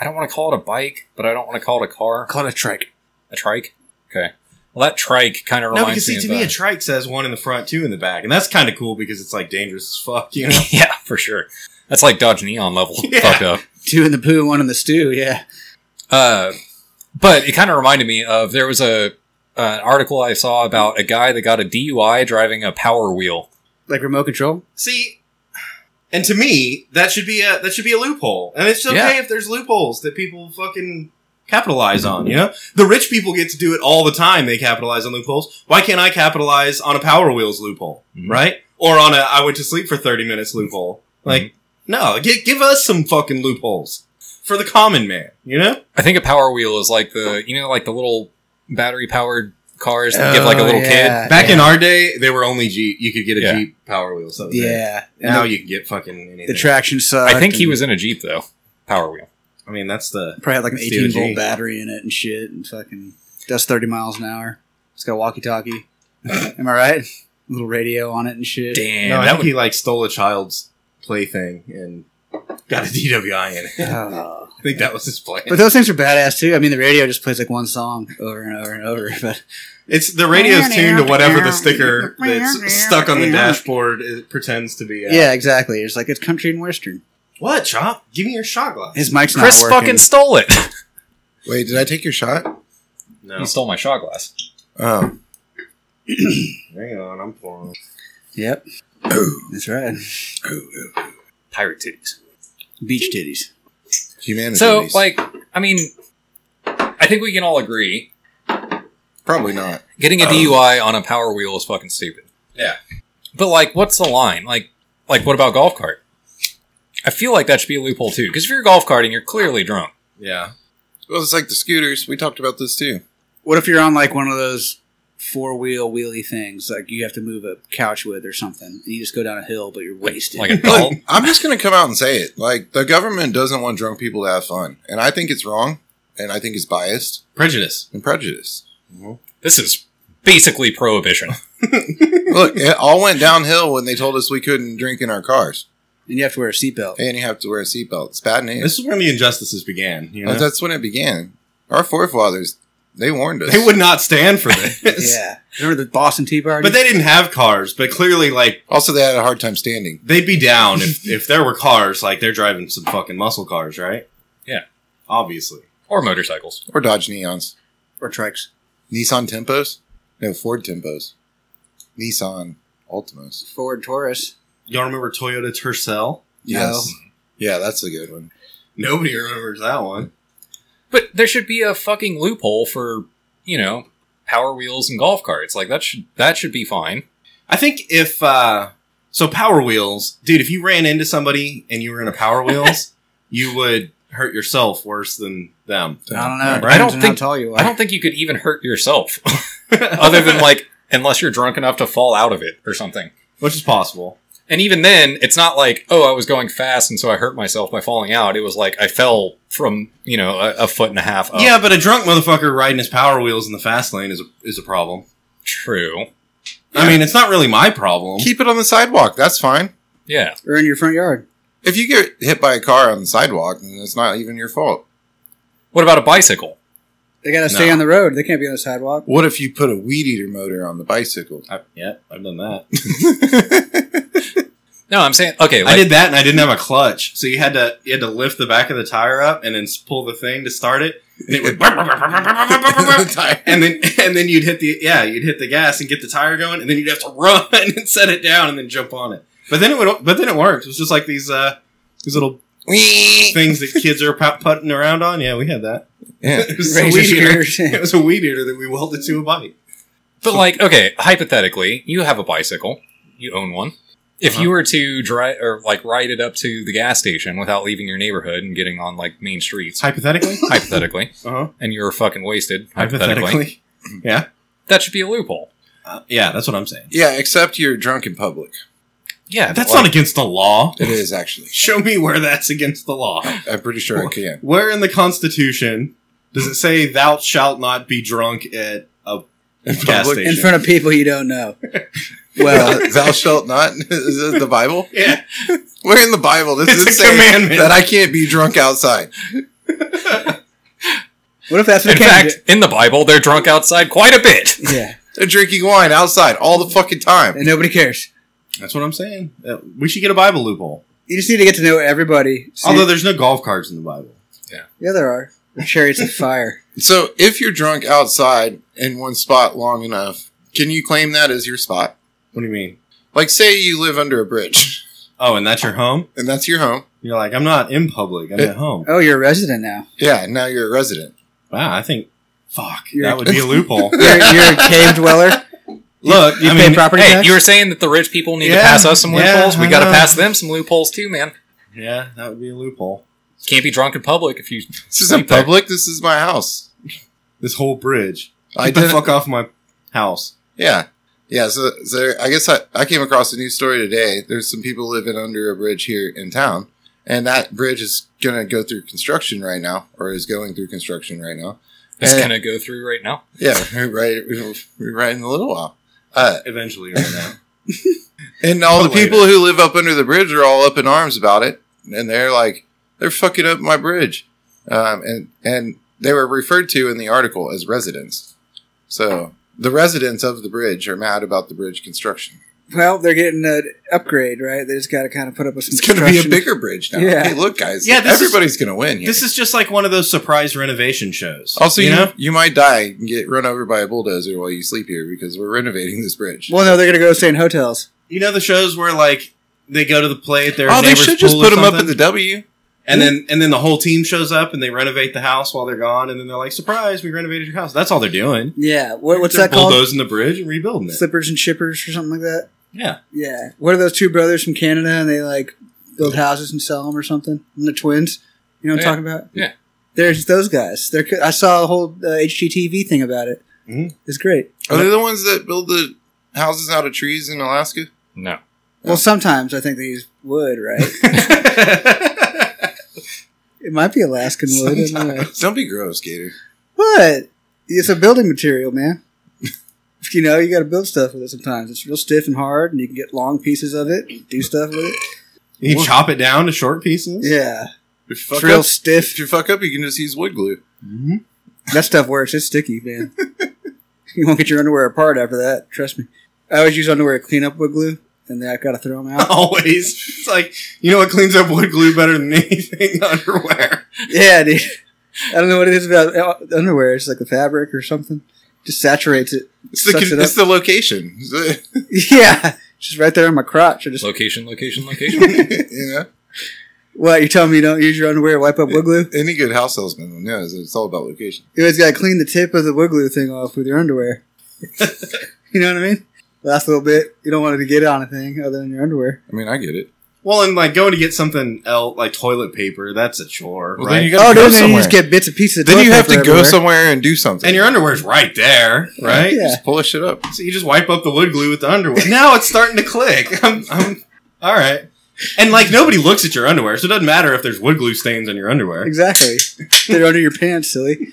I don't want to call it a bike, but I don't want to call it a car. Call it a trike. A trike. Okay. Well, that trike kind of no, because reminds see, me to of uh, me, a that. trike says one in the front, two in the back, and that's kind of cool because it's like dangerous as fuck. You know, yeah, for sure. That's like Dodge Neon level Yeah. fucked up. Two in the poo, one in the stew. Yeah. Uh, but it kind of reminded me of there was a an article I saw about a guy that got a DUI driving a Power Wheel. Like remote control. see. And to me, that should be a that should be a loophole, and it's okay Yeah. if there's loopholes that people fucking capitalize on. You know, the rich people get to do it all the time. They capitalize on loopholes. Why can't I capitalize on a Power Wheels loophole, Mhm. right? Or on a I went to sleep for thirty minutes loophole? Like, no, gi- give us some fucking loopholes for the common man. You know, I think a Power Wheel is like the you know like the little battery powered cars that give like a Oh, little yeah. kid. back in our day, they were only Jeep. You could get a Yeah. Jeep Power Wheels. that was it. Yeah. And Now the, you can get fucking anything. the traction sucked. I think he and was in a Jeep though. Power Wheel. I mean, that's the probably had like an Let's do a 18 volt G. battery in it and shit, and fucking does 30 miles an hour. It's got a walkie talkie. Am I right? Little radio on it and shit. Damn, no. I that think would he like stole a child's plaything and got a DWI in it. Oh. I think that was his plan. But those things are badass too. I mean, the radio just plays like one song over and over and over. But It's the radio's tuned to whatever the sticker that's stuck on the dashboard it pretends to be. yeah, At. exactly. It's like it's country and western. What, Chop? Give me your shot glass. His mic's not Chris working. fucking stole it. Wait, did I take your shot? No. He stole my shot glass. Oh, Hang on, I'm pouring. Yep, that's right. Pirate titties. Beach titties. humanity. So like, I mean, I think we can all agree probably not. getting a Oh. DUI on a Power Wheel is fucking stupid. Yeah. But like, what's the line? Like, like what about golf cart? I feel like that should be a loophole too, because if you're golf carting, you're clearly drunk. Yeah. Well, it's like the scooters. We talked about this too. What if you're on like one of those four wheel wheelie things like you have to move a couch with or something, and you just go down a hill, but you're wasted. like a doll. Look, I'm just going to come out and say it. Like, the government doesn't want drunk people to have fun. And I think it's wrong. And I think it's biased Prejudice. and prejudiced. This is basically prohibition. Look, it all went downhill when they told us we couldn't drink in our cars. and you have to wear a seatbelt. And you have to wear a seatbelt. It's bad news. This is when the injustices began. You know? That's when it began. Our forefathers, they warned us. They would not stand for this. Yeah, remember the Boston Tea Party? But they didn't have cars, but clearly, like, Also, they had a hard time standing. they'd be down if, if there were cars. Like, they're driving some fucking muscle cars, right? Yeah. Obviously. Or motorcycles. Or Dodge Neons. or trikes. Nissan Tempos? No, Ford Tempos. Nissan Ultimos. Ford Taurus. Y'all remember Toyota Tercel? Yes. Yeah, that's a good one. Nobody remembers that one. But there should be a fucking loophole for, you know, power wheels and golf carts. Like that should that should be fine. I think if, uh, so Power Wheels, dude, if you ran into somebody and you were in a Power Wheels, you would hurt yourself worse than them. I don't know. Right. I don't I don't think how think- tall you are. I don't think you could even hurt yourself other than like unless you're drunk enough to fall out of it or something. Which is possible. And even then, it's not like, oh, I was going fast and so I hurt myself by falling out. It was like I fell from, you know, a, a foot and a half up. Yeah, but a drunk motherfucker riding his Power Wheels in the fast lane is a, is a problem. True. I mean, it's not really my problem. Keep it on the sidewalk. That's fine. Yeah. or in your front yard. If you get hit by a car on the sidewalk, then it's not even your fault. What about a bicycle? They gotta stay No. on the road. They can't be on the sidewalk. What if you put a weed eater motor on the bicycle? I, yeah, I've done that. No, I'm saying okay. Like, I did that, and I didn't have a clutch, so you had to you had to lift the back of the tire up and then s- pull the thing to start it, and it would, The tire. and then and then you'd hit the yeah you'd hit the gas and get the tire going, and then you'd have to run and set it down and then jump on it. But then it would but then it worked. It was just like these uh these little Whee! things that kids are put- putting around on. Yeah, we had that. Yeah. It was a Razor weed eater. scooters. It was a weed eater that we welded to a bike. But like, okay, hypothetically, you have a bicycle, you own one. If Uh-huh. you were to drive or like ride it up to the gas station without leaving your neighborhood and getting on like main streets, Hypothetically, hypothetically, uh huh. and you were fucking wasted, hypothetically, Hypothetically, that should be a loophole. uh, yeah, that's what I'm saying. Yeah, except you're drunk in public. Yeah, That's not against the law. It is actually. Show me where that's against the law. I'm pretty sure I can. Where in the Constitution does it say thou shalt not be drunk at a gas public? station? in front of people you don't know. Well, Well, thou shalt not. Is this the Bible? yeah, Where in the Bible does It's it a say commandment. that I can't be drunk outside? what if that's what In they fact, in the Bible, they're drunk outside quite a bit. do? Yeah, They're drinking wine outside all the fucking time. and nobody cares. that's what I'm saying. Uh, we should get a Bible loophole. You just need to get to know everybody. See- Although there's no golf carts in the Bible. yeah, there are chariots of fire. So if you're drunk outside in one spot long enough, can you claim that as your spot? What do you mean? Like, say you live under a bridge Oh, and that's your home? and that's your home. You're like, I'm not in public. I'm It- at home. Oh, you're a resident now. Yeah, now you're a resident. Wow, I think. Fuck, You're- that would be a loophole. You're, you're a cave dweller. Look, You I pay mean, property Hey, tax. you were saying that the rich people need to Yeah, pass us some yeah, loopholes. we I got to know. pass them some loopholes too, man. yeah, that would be a loophole. Can't be drunk in public if you. This isn't Right there. public. This is my house. This whole bridge. Get I the did. fuck off my house. Yeah, yeah. So, so I guess I, I came across a news story today. There's some people living under a bridge here in town, and that bridge is gonna go through construction right now, or is going through construction right now. It's And- gonna go through right now. Yeah, right, right in a little while. Uh, Eventually, right now. And all But the people who live up under the bridge are all up in arms about it, and they're like, they're fucking up my bridge, um, and and they were referred to in the article as residents. So the residents of the bridge are mad about the bridge construction. Well, they're getting an upgrade, right? They just got to kind of put up with some. It's going to be a construction. bigger bridge now. Yeah. Hey, look, guys. Yeah, this is- everybody's going to win here. This is just like one of those surprise renovation shows. also, you, you know? you might die and get run over by a bulldozer while you sleep here because we're renovating this bridge. Well, no, they're going to go stay in hotels. You know the shows where like they go to the play at their oh, they neighbor's should just pool or put them up something, at the W. and then and then the whole team shows up and they renovate the house while they're gone, and then they're like, "Surprise, we renovated your house." That's all they're doing. Yeah. What, what's They're that called? Bulldozing the bridge and rebuilding it. Slippers and shippers or something like that. yeah, Yeah. What are those two brothers from Canada and they like build houses and sell them or something? And they're twins. You know what Yeah. I'm talking about? Yeah. There's those guys. They're, I saw a whole uh, HGTV thing about it. Mhm. It's great. Are they the ones that build the houses out of trees in Alaska? No. Well, sometimes I think they use wood, right? it might be Alaskan wood. I don't know. Sometimes. Don't be gross, Gator. What? It's a building material, man. you know, you got to build stuff with it sometimes. It's real stiff and hard, and you can get long pieces of it, and do stuff with it. You What? chop it down to short pieces. Yeah. If you It's fuck real up, stiff. if you fuck up, you can just use wood glue. Mhm. That stuff works. It's sticky, man. you won't get your underwear apart after that. Trust me. I always use underwear to clean up with glue, and then I've got to throw them Oh. out. Always. It's like, you know what cleans up wood glue better than anything? Underwear. yeah, dude. I don't know what it is about uh, underwear. It's like the fabric or something. Just saturates it. It's the, Sucks con- it it's the location. you Yeah. Just right there on my crotch. I just Location, location, location. know? what you telling me? You don't use your underwear to wipe up wood glue? Any good house salesman knows it's all about location. You always got to clean the tip of the wood glue thing off with your underwear. you know what I mean? Last little bit. You don't want it to get on anything other than your underwear. I mean, I get it. Well, and like going to get something else, like toilet paper, that's a chore, Well, right? then you Oh, gotta go no, then you somewhere. just get bits and pieces. Of Then toilet you have to paper go everywhere. somewhere and do something. and your underwear's right there, right? Yeah. Just pull that shit up. So you just wipe up the wood glue with the underwear. now it's starting to click. I'm, I'm all right. And like nobody looks at your underwear, so it doesn't matter if there's wood glue stains on your underwear. Exactly. They're under your pants, silly.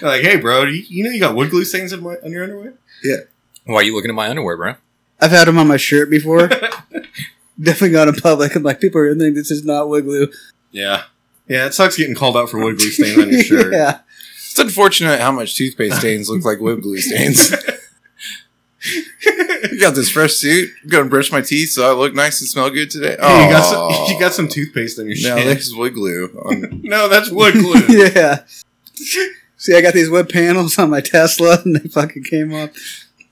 They're like, hey, bro, do you, you know you got wood glue stains on, my, on your underwear? Why are you looking at my underwear, bro? I've had them on my shirt before. Definitely gone in public. I'm like, people are gonna think this is not wood glue. Yeah, yeah. It sucks getting called out for wood glue stains on your shirt. yeah. It's unfortunate how much toothpaste stains look like wood glue stains. you got this fresh suit. I'm gonna brush my teeth so I look nice and smell good today. Oh, Hey, you got some, you got some toothpaste on your no, shin. this is wood glue. Um, No, that's wood glue. yeah. See, I got these wood panels on my Tesla, and they fucking came up.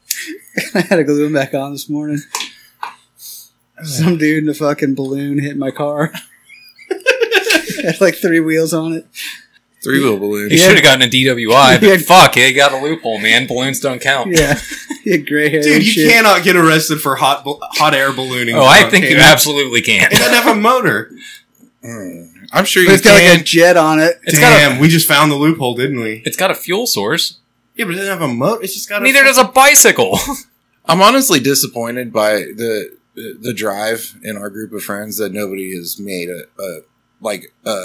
I had to glue them back on this morning. Some dude in a fucking balloon hit my car. had like three wheels on it. Three wheel balloon. You should have gotten a DWI, but Yeah. fuck, it got a loophole, man. Balloons don't count. Yeah, he had gray hair. and Dude, you shit. cannot get arrested for hot bu- hot air ballooning. Oh, I think you Okay. absolutely can. It doesn't have a motor. Mm. I'm sure But you it's got like a can. jet on it. It's got a- Damn, we just found the loophole, didn't we? It's got a fuel source. Yeah, but it doesn't have a motor. It's just got. Neither a does a bicycle. I'm honestly disappointed by the the drive in our group of friends that nobody has made a, a like uh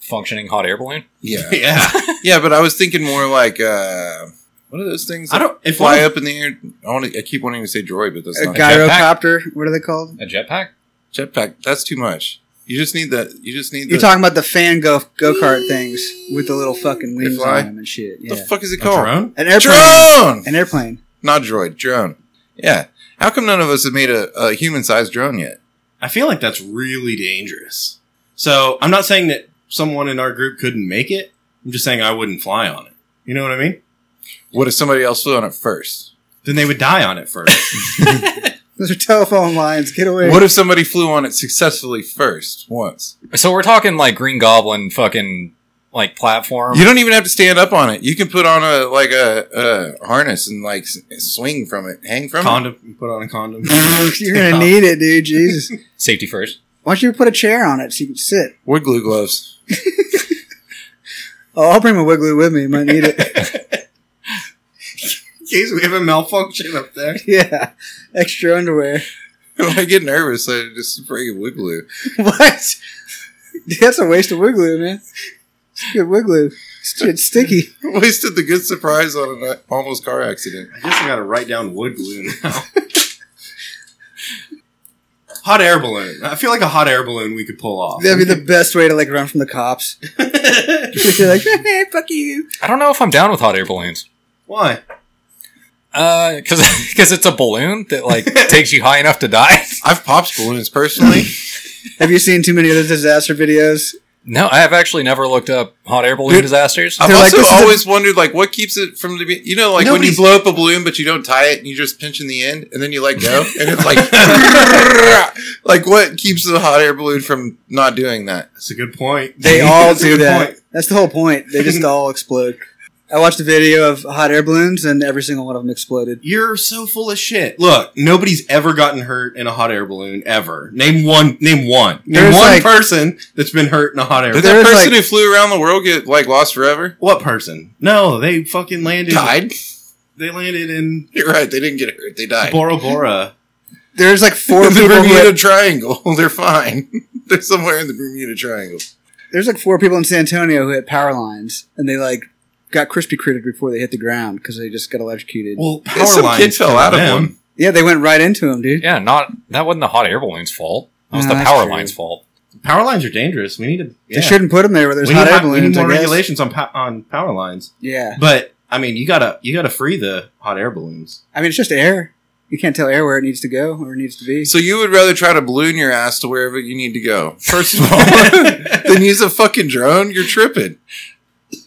Functioning hot air balloon. yeah Yeah, yeah. But I was thinking more like uh what are those things? I that don't. If fly one, up in the air. I want to. I keep wanting to say droid, but that's A not gyrocopter. What are they called? A jetpack? jetpack. That's too much. You just need that. You just need. You're the, talking about the fan go go kart things with the little fucking wings fly? on them and shit. Yeah, The fuck is it a called? drone? an airplane. Drone. An airplane. Not droid. Drone. Yeah. How come none of us have made a, a human-sized drone yet? I feel like that's really dangerous. So I'm not saying that someone in our group couldn't make it. I'm just saying I wouldn't fly on it. You know what I mean? What if somebody else flew on it first? Then they would die on it first. Those are telephone lines. Get away. What if somebody flew on it successfully first once? So we're talking like Green Goblin fucking like platform. You don't even have to stand up on it. You can put on a like a, a harness and like s- swing from it, hang from condom. You put on a condom. You're gonna need it, dude. Jesus. Safety first. Why don't you put a chair on it so you can sit? it. Wood glue gloves. Oh, I'll bring my wiggly with me. You might need it. In case we have a malfunction up there. yeah. Extra underwear. when I get nervous, I just spray wood glue. what? Dude, that's a waste of wiggly, man. It's good wiggly. It's sticky. Wasted the good surprise on an almost car accident. I guess I gotta write down wood glue now. hot air balloon. I feel like a hot air balloon we could pull off. That'd be the best way to like run from the cops. You're like, hey, fuck you. I don't know if I'm down with hot air balloons. Why? Uh, cause, 'cause it's a balloon that like takes you high enough to die. I've popped balloons personally. Have you seen too many other disaster videos? No, I have actually never looked up hot air balloon Dude, disasters. I've They're like, also "This is a-" always wondered, like, what keeps it from the be- you know, like when you Nobody's- blow up a balloon but you don't tie it and you just pinch in the end and then you let go and it's like, like what keeps the hot air balloon from not doing that? That's a good point. They all That's a do good that. point. That's the whole point. They just all explode. I watched a video of hot air balloons, and every single one of them exploded. You're so full of shit. Look, nobody's ever gotten hurt in a hot air balloon ever. Name one. Name one. Name There's one like- person that's been hurt in a hot air. Did balloon. There that is, person like- who flew around the world get like lost forever? What person? No, they fucking landed. Died. They landed in You're right. They didn't get hurt. They died. Bora Bora. There's like four in the people. who Bermuda had- Triangle. They're fine. They're somewhere in the Bermuda Triangle. there's like four people in San Antonio who hit power lines, and they like got crispy critted before they hit the ground because they just got electrocuted. Well, power Some lines kid fell kill out of them. one. yeah, they went right into him, dude. Yeah, not that wasn't the hot air balloon's fault. That was No, the that's power true. line's fault. Power lines are dangerous. We need to. Yeah. They shouldn't put them there where there's we, need hot air hot- we balloons. need more I guess. regulations on po- on power lines. Yeah, But I mean, you gotta you gotta free the hot air balloons. I mean it's just air. You can't tell air where it needs to go or it needs to be. So you would rather try to balloon your ass to wherever you need to go, first of all, than use a fucking drone? You're tripping.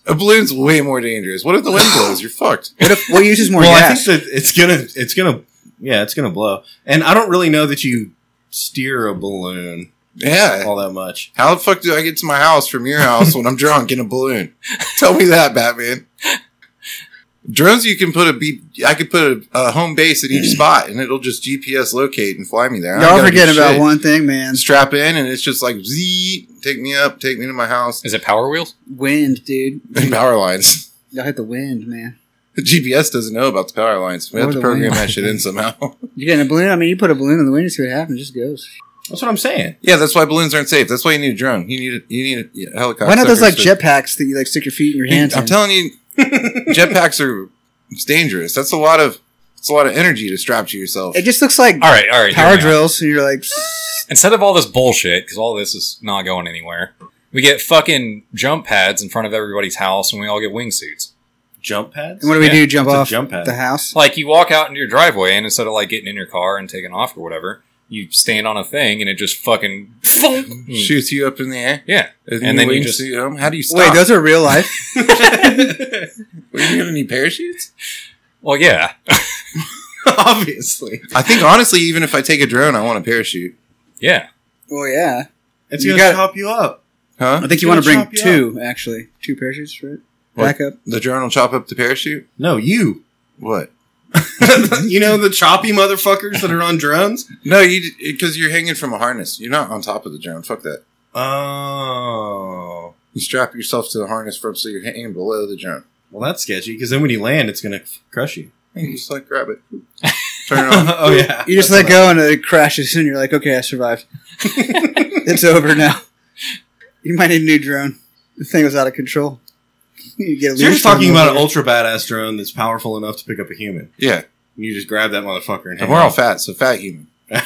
A balloon's way more dangerous. What if the wind blows? You're fucked. What, if, what uses more well, gas? I think that it's gonna it's gonna yeah it's gonna blow. And I don't really know that you steer a balloon Yeah. all that much. How the fuck do I get to my house from your house when I'm drunk in a balloon? Tell me that, Batman. Drones, you can put a beat. I could put a, a home base at each spot, and it'll just GPS locate and fly me there. I don't Y'all gotta do forget about shit. one thing, man. Strap in, and it's just like zee. Take me up. Take me to my house. Is it power wheels? Wind, dude. And power lines. Y'all hit the wind, man. The GPS doesn't know about the power lines. We Or have to the program wind. that shit in somehow. You get in a balloon. I mean, you put a balloon in the wind, you see what happens. It just goes. That's what I'm saying. yeah, that's why balloons aren't safe. That's why you need a drone. You need a, you need a yeah, helicopter. Why not those like jetpacks that you like stick your feet and your hands? I'm in? telling you, jetpacks are it's dangerous. That's a lot of it's a lot of energy to strap to yourself. It just looks like All right, all right. power here we go. drills, and you're like, Instead of all this bullshit, because all this is not going anywhere, we get fucking jump pads in front of everybody's house, and we all get wingsuits. Jump pads. and what do we Yeah, do? Jump it's a off jump pad. the house? Like you walk out into your driveway, and instead of like getting in your car and taking off or whatever, you stand on a thing, and it just fucking Mm-hmm. Shoots you up in the air, Yeah, and, And then then you you wingsuit just- them. How do you stop? Wait, those are real life. are you gonna need parachutes? well, yeah. Obviously, I think honestly, even if I take a drone, I want a parachute. Yeah. well, yeah. it's You gonna gotta- chop you up. Huh? I think you Gonna want to bring chop you two, actually, two parachutes, right? What? Backup. The drone will chop up the parachute. No, you. What? you know the choppy motherfuckers that are on drones. No, you because you're hanging from a harness. You're not on top of the drone. Fuck that. Oh, You strap yourself to the harness from so you're hanging below the drone. well that's sketchy because then when you land, it's gonna crush you. And you just like grab it. Turn it on. oh yeah, You just let go and it crashes, and you're like, okay, I survived. it's over now. You might need a new drone. The thing was out of control. You get a So you're leash just talking from about over. an ultra badass drone that's powerful enough to pick up a human. Yeah. And you just grab that motherfucker and And hang we're all on. fat, so fat human. And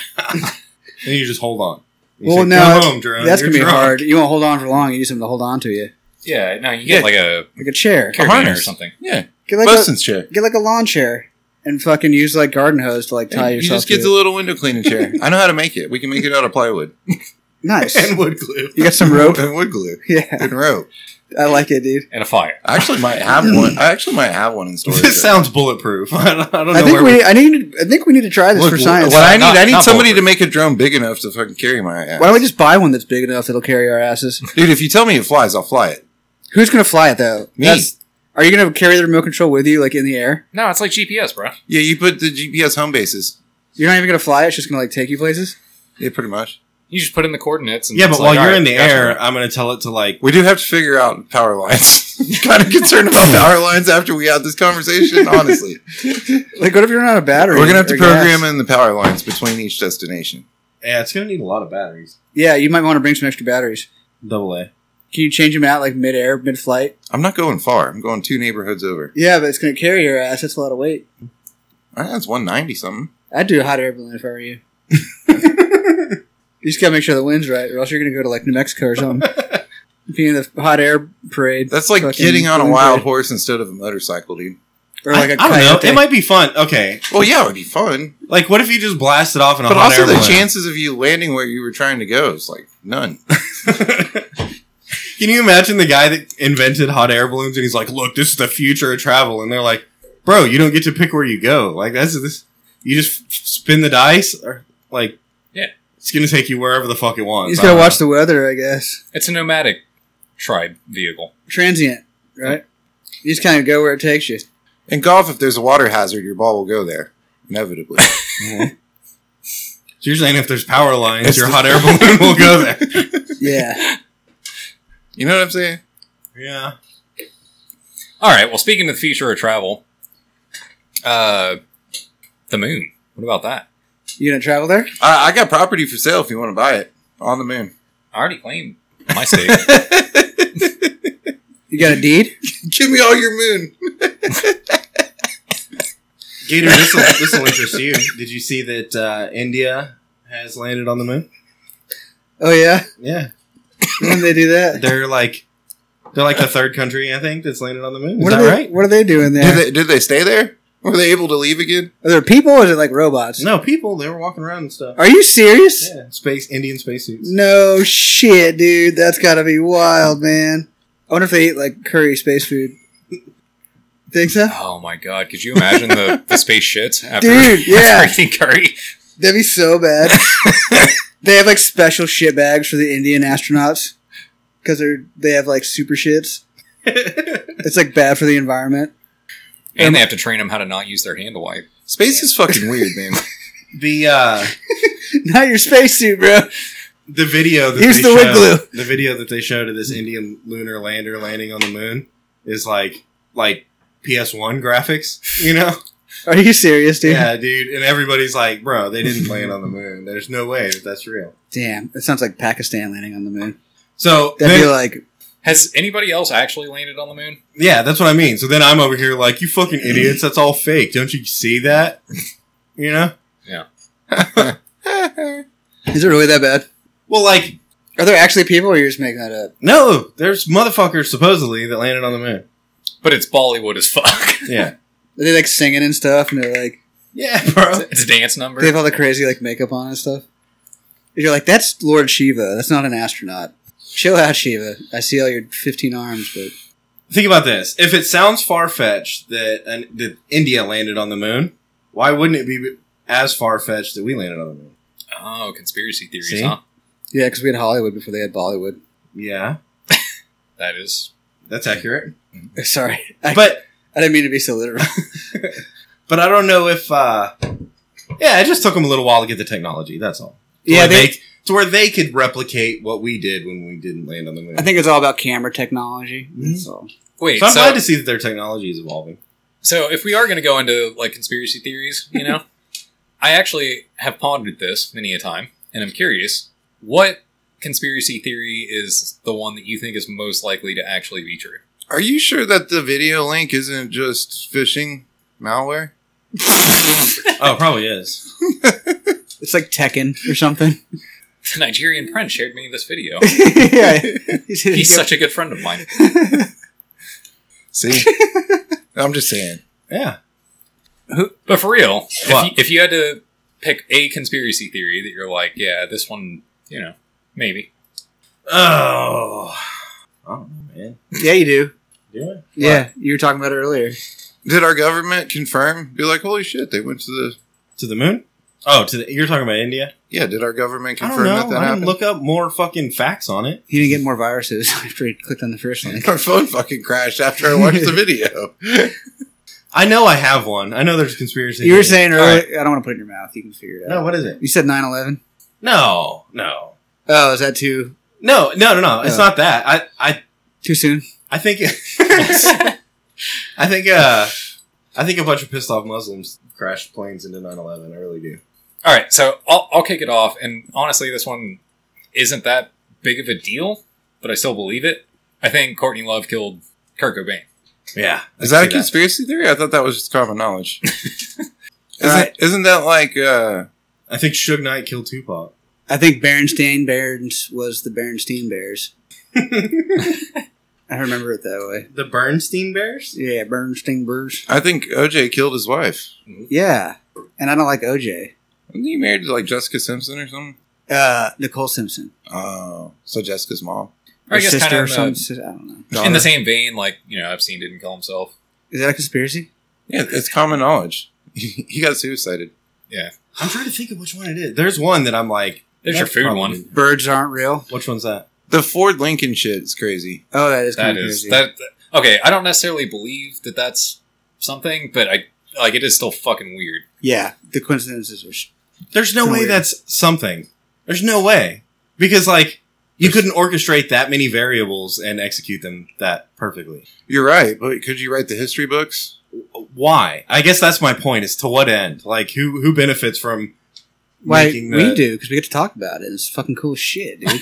you just hold on. And you Well, say, no, "Come that's- home, drone. That's You're gonna be drunk." hard. You won't hold on for long. You need something to hold on to you, Yeah, no, you get Yeah. like a like a chair. carabiner harness. or something. Yeah. Get like a, Buston's chair. get like a lawn chair and fucking use like garden hose to like tie You yourself. just get to the it. little window cleaning chair. I know how to make it. We can make it out of plywood. nice. And wood glue. You got some rope. and wood glue. Yeah, And rope. I like it, dude. and a fire. I actually might have one. I actually might have one in storage. This sounds bulletproof. I don't, I don't know I think where we. I need. I think we need to try this Look, for what science. I need, Not- I need not somebody to bulletproof. make a drone big enough to fucking carry my ass. Why don't we just buy one that's big enough that'll carry our asses? Dude, if you tell me it flies, I'll fly it. Who's gonna fly it though? Me. are you gonna carry the remote control with you, like in the air? No, it's like GPS, bro. Yeah, you put the GPS home bases. You're not even gonna fly it. It's just gonna like take you places. Yeah, pretty much. You just put in the coordinates. And Yeah, it's but like, while you're "All in the right, gotcha." air, I'm going to tell it to like. We do have to figure out power lines. kind of concerned about power lines after we had this conversation, honestly. Like, what if you're not a battery? We're going to have to or gas? program in the power lines between each destination. Yeah, it's going to need a lot of batteries. Yeah, you might want to bring some extra batteries. Double A. Can you change them out like mid-air, mid-flight? I'm not going far. I'm going two neighborhoods over. Yeah, but it's gonna carry your ass. That's a lot of weight. Ah, That's 190 something. I'd do a hot air balloon if I were you. you just gotta make sure the wind's right, or else you're gonna go to like New Mexico or something. Be in the hot air parade. That's like Fucking getting on a balloon wild parade. horse instead of a motorcycle, dude. or like a I, I don't know. coyote. It might be fun. Okay. Well, yeah, it would be fun. Like, what if you just blast it off in a But hot also, air the balloon? chances of you landing where you were trying to go is like none. Can you imagine the guy that invented hot air balloons and he's like, "Look, this is the future of travel," and they're like, "Bro, you don't get to pick where you go. Like that's this. You just f- spin the dice, or like, Yeah. it's gonna take you wherever the fuck it wants." He's I gotta don't watch the weather, I guess. It's a nomadic tribe vehicle. Transient, right? You just kind of go where it takes you. In golf, if there's a water hazard, your ball will go there inevitably. So you're saying if there's power lines, It's your the- hot air balloon will go there. Yeah. you know what I'm saying? Yeah. All right. Well, speaking of the future of travel, uh, the moon. What about that? You gonna travel there? I, I got property for sale if you want to buy it on the moon. I already claimed my stake. You got a deed? Give me all your moon. Gator, this will this will interest you. Did you see that uh, India has landed on the moon? Oh yeah. Yeah, When they do that, they're like they're like the third country I think that's landed on the moon. Is what that are they? right? What are they doing Did there? they did they stay there? Were they able to leave again? are there people? or Is it like robots? No, people they were walking around and stuff. Are you serious? Yeah, space Indian spacesuits. No shit, dude. That's gotta be wild, man. I wonder if they eat like curry space food. Think so? oh my god! Could you imagine the, the space shits after, Dude, yeah. after eating curry? That'd be so bad. they have like special shit bags for the Indian astronauts because they're they have like super shits. It's like bad for the environment. And they have to train them how to not use their hand to wipe. Space is fucking weird, man. the uh, Not your spacesuit, bro. the video that Here's they the showed, wood the video that they showed of this Indian lunar lander landing on the moon is like like PS1 graphics, you know? Are you serious, dude? Yeah, dude. And everybody's like, bro, they didn't land on the moon. There's no way that that's real. Damn, it sounds like Pakistan landing on the moon. So That'd be then- like, Has anybody else actually landed on the moon? yeah, that's what I mean. So then I'm over here like, you fucking idiots, that's all fake. Don't you see that? You know? is it really that bad? Well, like, Are there actually people, or you're just making that up? no, there's motherfuckers supposedly that landed on the moon. But it's Bollywood as fuck. Yeah. Are they like singing and stuff, and they're like, Yeah, bro. It's a dance number. they have all the crazy like makeup on and stuff. And You're like, that's Lord Shiva. That's not an astronaut. Chill out, Shiva. I see all your 15 arms, but Think about this. If it sounds far fetched that, an that India landed on the moon, why wouldn't it be as far fetched that we landed on the moon? Oh, conspiracy theories, See? huh? yeah, because we had Hollywood before they had Bollywood. Yeah, That is. that's accurate. Sorry, I, But I didn't mean to be so literal. But I don't know if. Uh, yeah, it just took them a little while to get the technology. That's all. To yeah, where they, they, to where they could replicate what we did when we didn't land on the moon. I think it's all about camera technology. That's all. Wait, so so, I'm glad to see that their technology is evolving. so if we are going to go into like conspiracy theories, you know, I actually have pondered this many a time, and I'm curious what conspiracy theory is the one that you think is most likely to actually be true? Are you sure that the video link isn't just phishing malware? oh, probably is. It's like Tekken or something. The Nigerian prince shared me this video. yeah, he's, He's such a good friend of mine. See, I'm just saying. Yeah. But for real, if you, What? if you had to pick a conspiracy theory that you're like, yeah, this one, you know, maybe. Oh. I don't know, man. yeah, you do. Do it. Yeah, you were talking about it earlier. Did our government confirm? Be like, holy shit, they went to the. To the moon? Oh, to the, you're talking about India? Yeah, did our government I confirm don't that know. that I didn't happened? look up more fucking facts on it. He didn't get more viruses after he clicked on the first link. Our phone fucking crashed after I watched the video. I know I have one. I know there's a conspiracy. You were theory. saying All earlier, I don't want to put it in your mouth. You can figure it out. No, what is it? You said 9 11? No, no, Oh, is that too no, no, no, no. It's Oh. not that. I, I too soon? I think I think uh I think a bunch of pissed off Muslims crashed planes into 9/11. I really do. All right, so I'll, I'll kick it off. And honestly, this one isn't that big of a deal, but I still believe it. I think Courtney Love killed Kurt Cobain. Yeah. Is that a See that. conspiracy theory? I thought that was just common knowledge. isn't, Alright. isn't that like uh, I think Suge Knight killed Tupac. I think Berenstain Bears was the Berenstain Bears. I remember it that way. The Bernstein Bears? Yeah, Bernstein Bears. I think OJ killed his wife. Yeah. And I don't like OJ. Wasn't he married to like Jessica Simpson or something? Uh, Nicole Simpson. Oh, so Jessica's mom. Or I Her guess kind sister or of in something. the, sis- I don't know. in Daughter. the same vein, like, you know, Epstein didn't kill himself. Is that a conspiracy? yeah, it's common knowledge. he got suicided. I'm trying to think of which one it is. There's one that I'm like There's your that's food probably- one. Birds aren't real. Which one's that? The Ford Lincoln shit is crazy. Oh, that is kind That of is crazy. that. okay, I don't necessarily believe that that's something, but I like it is still fucking weird. Yeah, the coincidences are. Sh- There's no Kinda way weird. that's something. There's no way because like you couldn't orchestrate that many variables and execute them that perfectly. You're right, but could you write the history books? Why? I guess that's my point. Is to what end? Like who who benefits from? Why making we that- do because we get to talk about it. It's fucking cool shit, dude.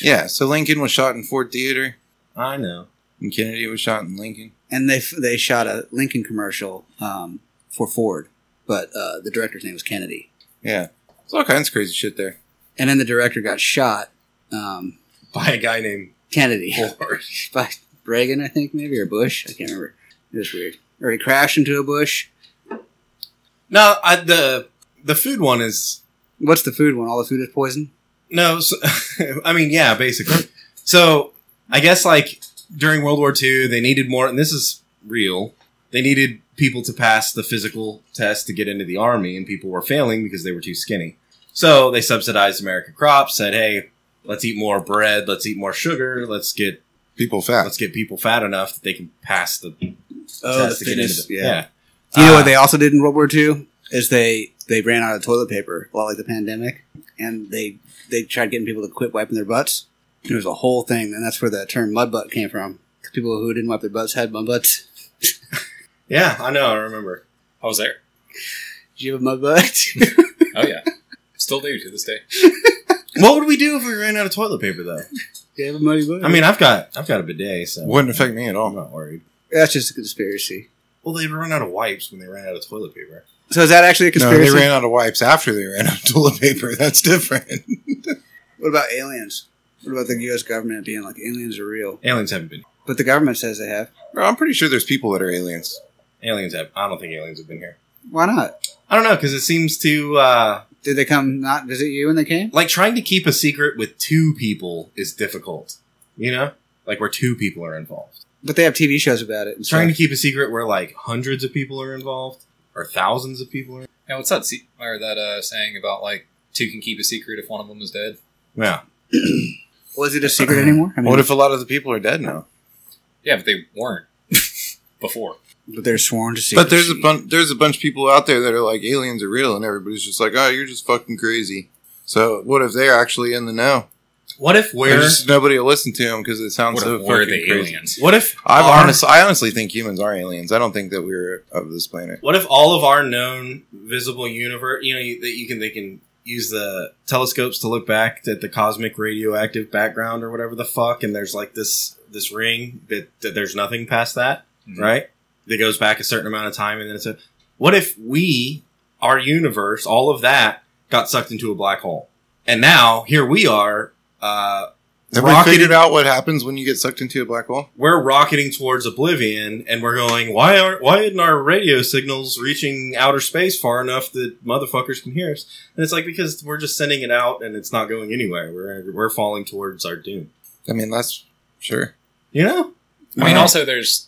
Yeah, so Lincoln was shot in Ford Theater, I know. and Kennedy was shot in Lincoln. and they f- they shot a Lincoln commercial um, for Ford, but uh, the director's name was Kennedy, Yeah, there's all kinds of crazy shit there. and then the director got shot. Um, By a guy named Kennedy Ford. by Reagan, I think maybe or Bush. I can't remember. It was weird. Or he crashed into a bush. no, I, the the food one is What's the food one? All the food is poison. No, so, I mean, yeah, basically. So I guess like during World War II, they needed more, and this is real. They needed people to pass the physical test to get into the army, and people were failing because they were too skinny. So they subsidized American crops, said, "Hey, let's eat more bread, let's eat more sugar, let's get People fast. let's get people fat enough that they can pass Oh, the test to get into the Oh, yeah. Do you know Ah. Uh, what they also did in World War II? Is they they ran out of toilet paper, a lot like the pandemic, and they they tried getting people to quit wiping their butts. It was a whole thing, and that's where the term mud butt came from. 'Cause People who didn't wipe their butts had mud butts. Yeah, I know, I remember. I was there. Did you have a mud butt? Oh yeah, still do to this day. What would we do if we ran out of toilet paper, though? you have a muddy butt? I mean, I've got I've got a bidet, so Wouldn't affect me at I'm all. not worried. that's just a conspiracy. Well, they run out of wipes when they ran out of toilet paper. So is that actually a No, they conspiracy? ran out of wipes after they ran out of toilet paper. That's different. what about aliens? What about the U.S. government being like aliens are real? Aliens haven't been. But the government says they have. Bro, I'm pretty sure there's people that are aliens. Aliens have. I don't think aliens have been here. Why not? I don't know because it seems to uh, Did they come not visit you when they came? like trying to keep a secret with two people is difficult. You know, like where two people are involved. But they have TV shows about it. And Trying to stuff. keep a secret where like hundreds of people are involved or thousands of people are. And what's that se- or that uh, saying about like two can keep a secret if one of them is dead? Yeah, was it a secret anymore? I What if a lot of the people are dead now? Yeah, but they weren't before. But they're sworn to secrecy. But there's a bunch. There's a bunch of people out there that are like aliens are real, and everybody's just like, "Oh, you're just fucking crazy." So what if they're actually in the know? what if There's we're Just, nobody will listen to them because it sounds What so if were fucking the crazy. aliens? what if I've our- honest, I honestly think humans are aliens. I don't think that we're of this planet. What if all of our known visible universe, you know, you- that you can they can use the telescopes to look back at the cosmic radioactive background or whatever the fuck, and there's like this this ring that, that there's nothing past that, Mhm. right? That goes back a certain amount of time, and then it's a. What if we, our universe, all of that got sucked into a black hole, and now here we are. Uh, Have Rocketed- we figured out what happens when you get sucked into a black hole? we're rocketing towards oblivion and we're going why aren't why isn't our radio signals reaching outer space far enough that motherfuckers can hear us and it's like because we're just sending it out and it's not going anywhere we're, we're falling towards our doom I mean, that's sure. you know I mean, Wow. also there's,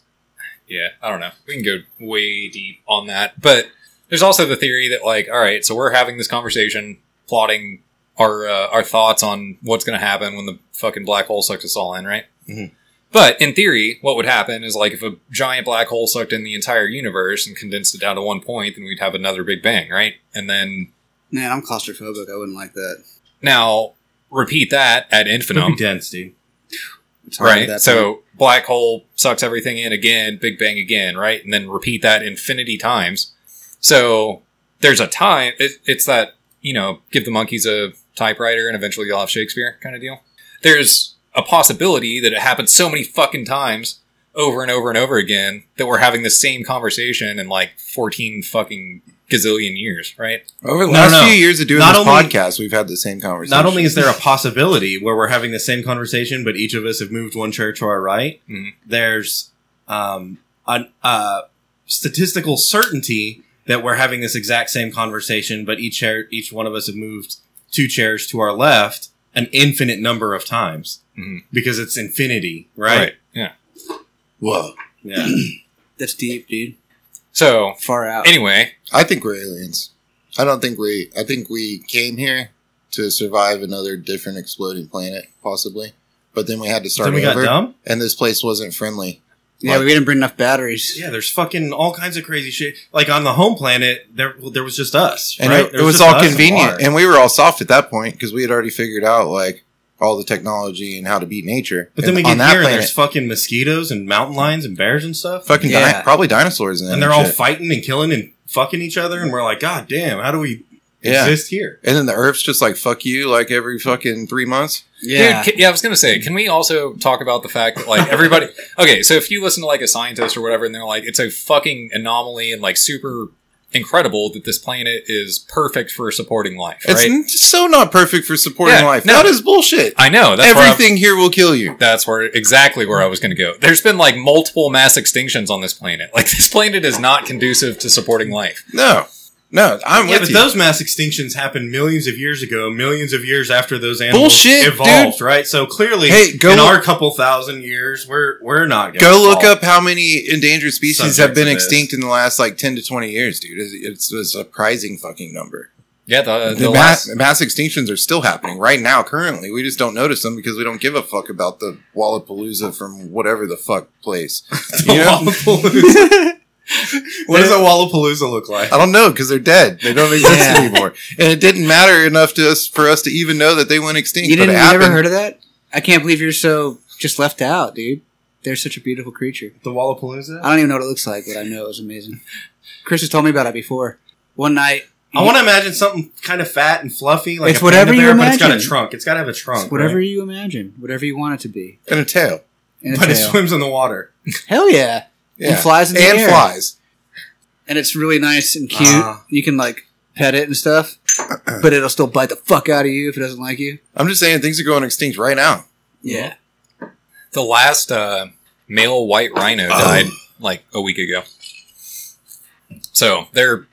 yeah, I don't know. We can go way deep on that, but there's also the theory that like, all right, so we're having this conversation, plotting our uh, our thoughts on what's going to happen when the fucking black hole sucks us all in, right? Mhm. But in theory, what would happen is like if a giant black hole sucked in the entire universe and condensed it down to one point, then we'd have another Big Bang, right? And then Man, I'm claustrophobic. I wouldn't like that. now repeat that ad It'd infinitum. be dense dude It's hard at right that so point. black hole sucks everything in again big bang again right and then repeat that infinity times so there's a time it, it's that you know give the monkeys a typewriter and eventually you'll have shakespeare kind of deal there's a possibility that it happens so many fucking times over and over and over again that we're having the same conversation in like 14 fucking gazillion years right Over the No, last no. few years of doing Not this only- podcast, we've had the same conversation. not only is there a possibility where we're having the same conversation but each of us have moved one chair to our right Mm-hmm. Mhm. there's um an uh statistical certainty that we're having this exact same conversation, but each chair, each one of us have moved two chairs to our left an infinite number of times Mhm. Mm-hmm. because it's infinity, right? yeah whoa. Yeah. that's deep, dude. so Far out. anyway I think we're aliens. I don't think we. I think we came here to survive another different exploding planet, possibly. But then we had to start then we got over, dumb. and this place wasn't friendly. Yeah, we didn't bring enough batteries. Yeah, there's fucking all kinds of crazy shit. Like on the home planet, there well, there was just us, and right? it, There it was just all us and convenient water. and we were all soft at that point because we had already figured out like all the technology and how to beat nature but then And we get here and there's fucking mosquitoes and mountain lions and bears and stuff, fucking di- Yeah. probably dinosaurs in it and they're all shit. fighting and killing and fucking each other, and we're like, God damn, how do we yeah exist here? and then the earth's just like fuck you like every fucking three months Yeah. Dude, ca- yeah, I was gonna say, can we also talk about the fact that like everybody? Okay, so if you listen to like a scientist or whatever, and they're like, it's a fucking anomaly and like super incredible that this planet is perfect for supporting life, it's right? n- so not perfect for supporting Yeah, life no. that is bullshit I know that's where everything here will kill you I, that's where exactly where I was gonna go. There's been like multiple mass extinctions on this planet. Like this planet is not conducive to supporting life. no no i'm yeah, with but you those mass extinctions happened millions of years ago, millions of years after those animals Bullshit, evolved, right? So clearly, Hey, go in look- our couple thousand years, we're we're not gonna Go look solve up how many endangered species Subjects have been of this. extinct in the last like ten to twenty years, dude. It's, it's a surprising fucking number. Yeah, the, the, the last mass, mass extinctions are still happening right now currently we just don't notice them because we don't give a fuck about the wallapalooza from whatever the fuck place the you know? Wallapalooza. what does a They're- Wallapalooza look like? i don't know because they're dead they don't exist Yeah. anymore and it didn't matter enough to us for us to even know that they went extinct you but it didn't you never happened. heard of that? I can't believe you're so just left out, dude. They're such a beautiful creature. The Wallapalooza. I don't even know what it looks like, but I know it was amazing. Chris has told me about it before. One night, I want to imagine something kind of fat and fluffy, like It's a panda whatever you bear, but it's got a imagine. trunk. It's got to have a trunk, whatever right? you imagine, whatever you want it to be, and a tail and a But it tail. swims in the water. Hell yeah! yeah And flies in the and air. flies and it's really nice and cute. Uh-huh. Ah. you can like pet it and stuff, but it'll still bite the fuck out of you if it doesn't like you. i'm just saying things are going extinct right now Yeah, the last uh, male white rhino died like a week ago. So they're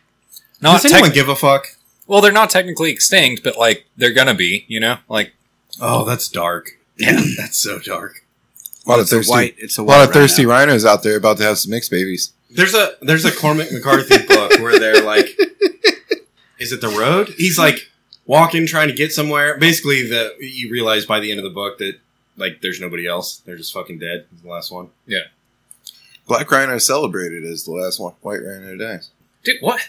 not Does anyone techni- give a fuck? well, they're not technically extinct, but like they're gonna be, you know, like Oh, that's dark. Yeah, that's so dark. a lot of it's a thirsty white. It's a, a white lot of thirsty rhino. rhinos out there about to have some mixed babies There's a there's a Cormac McCarthy book where they're like, "Is it the road?" He's like walking, trying to get somewhere. Basically, the you realize by the end of the book that like there's nobody else. They're just fucking dead. The last one. black rhino celebrated as the last one white rhino dies dude, what?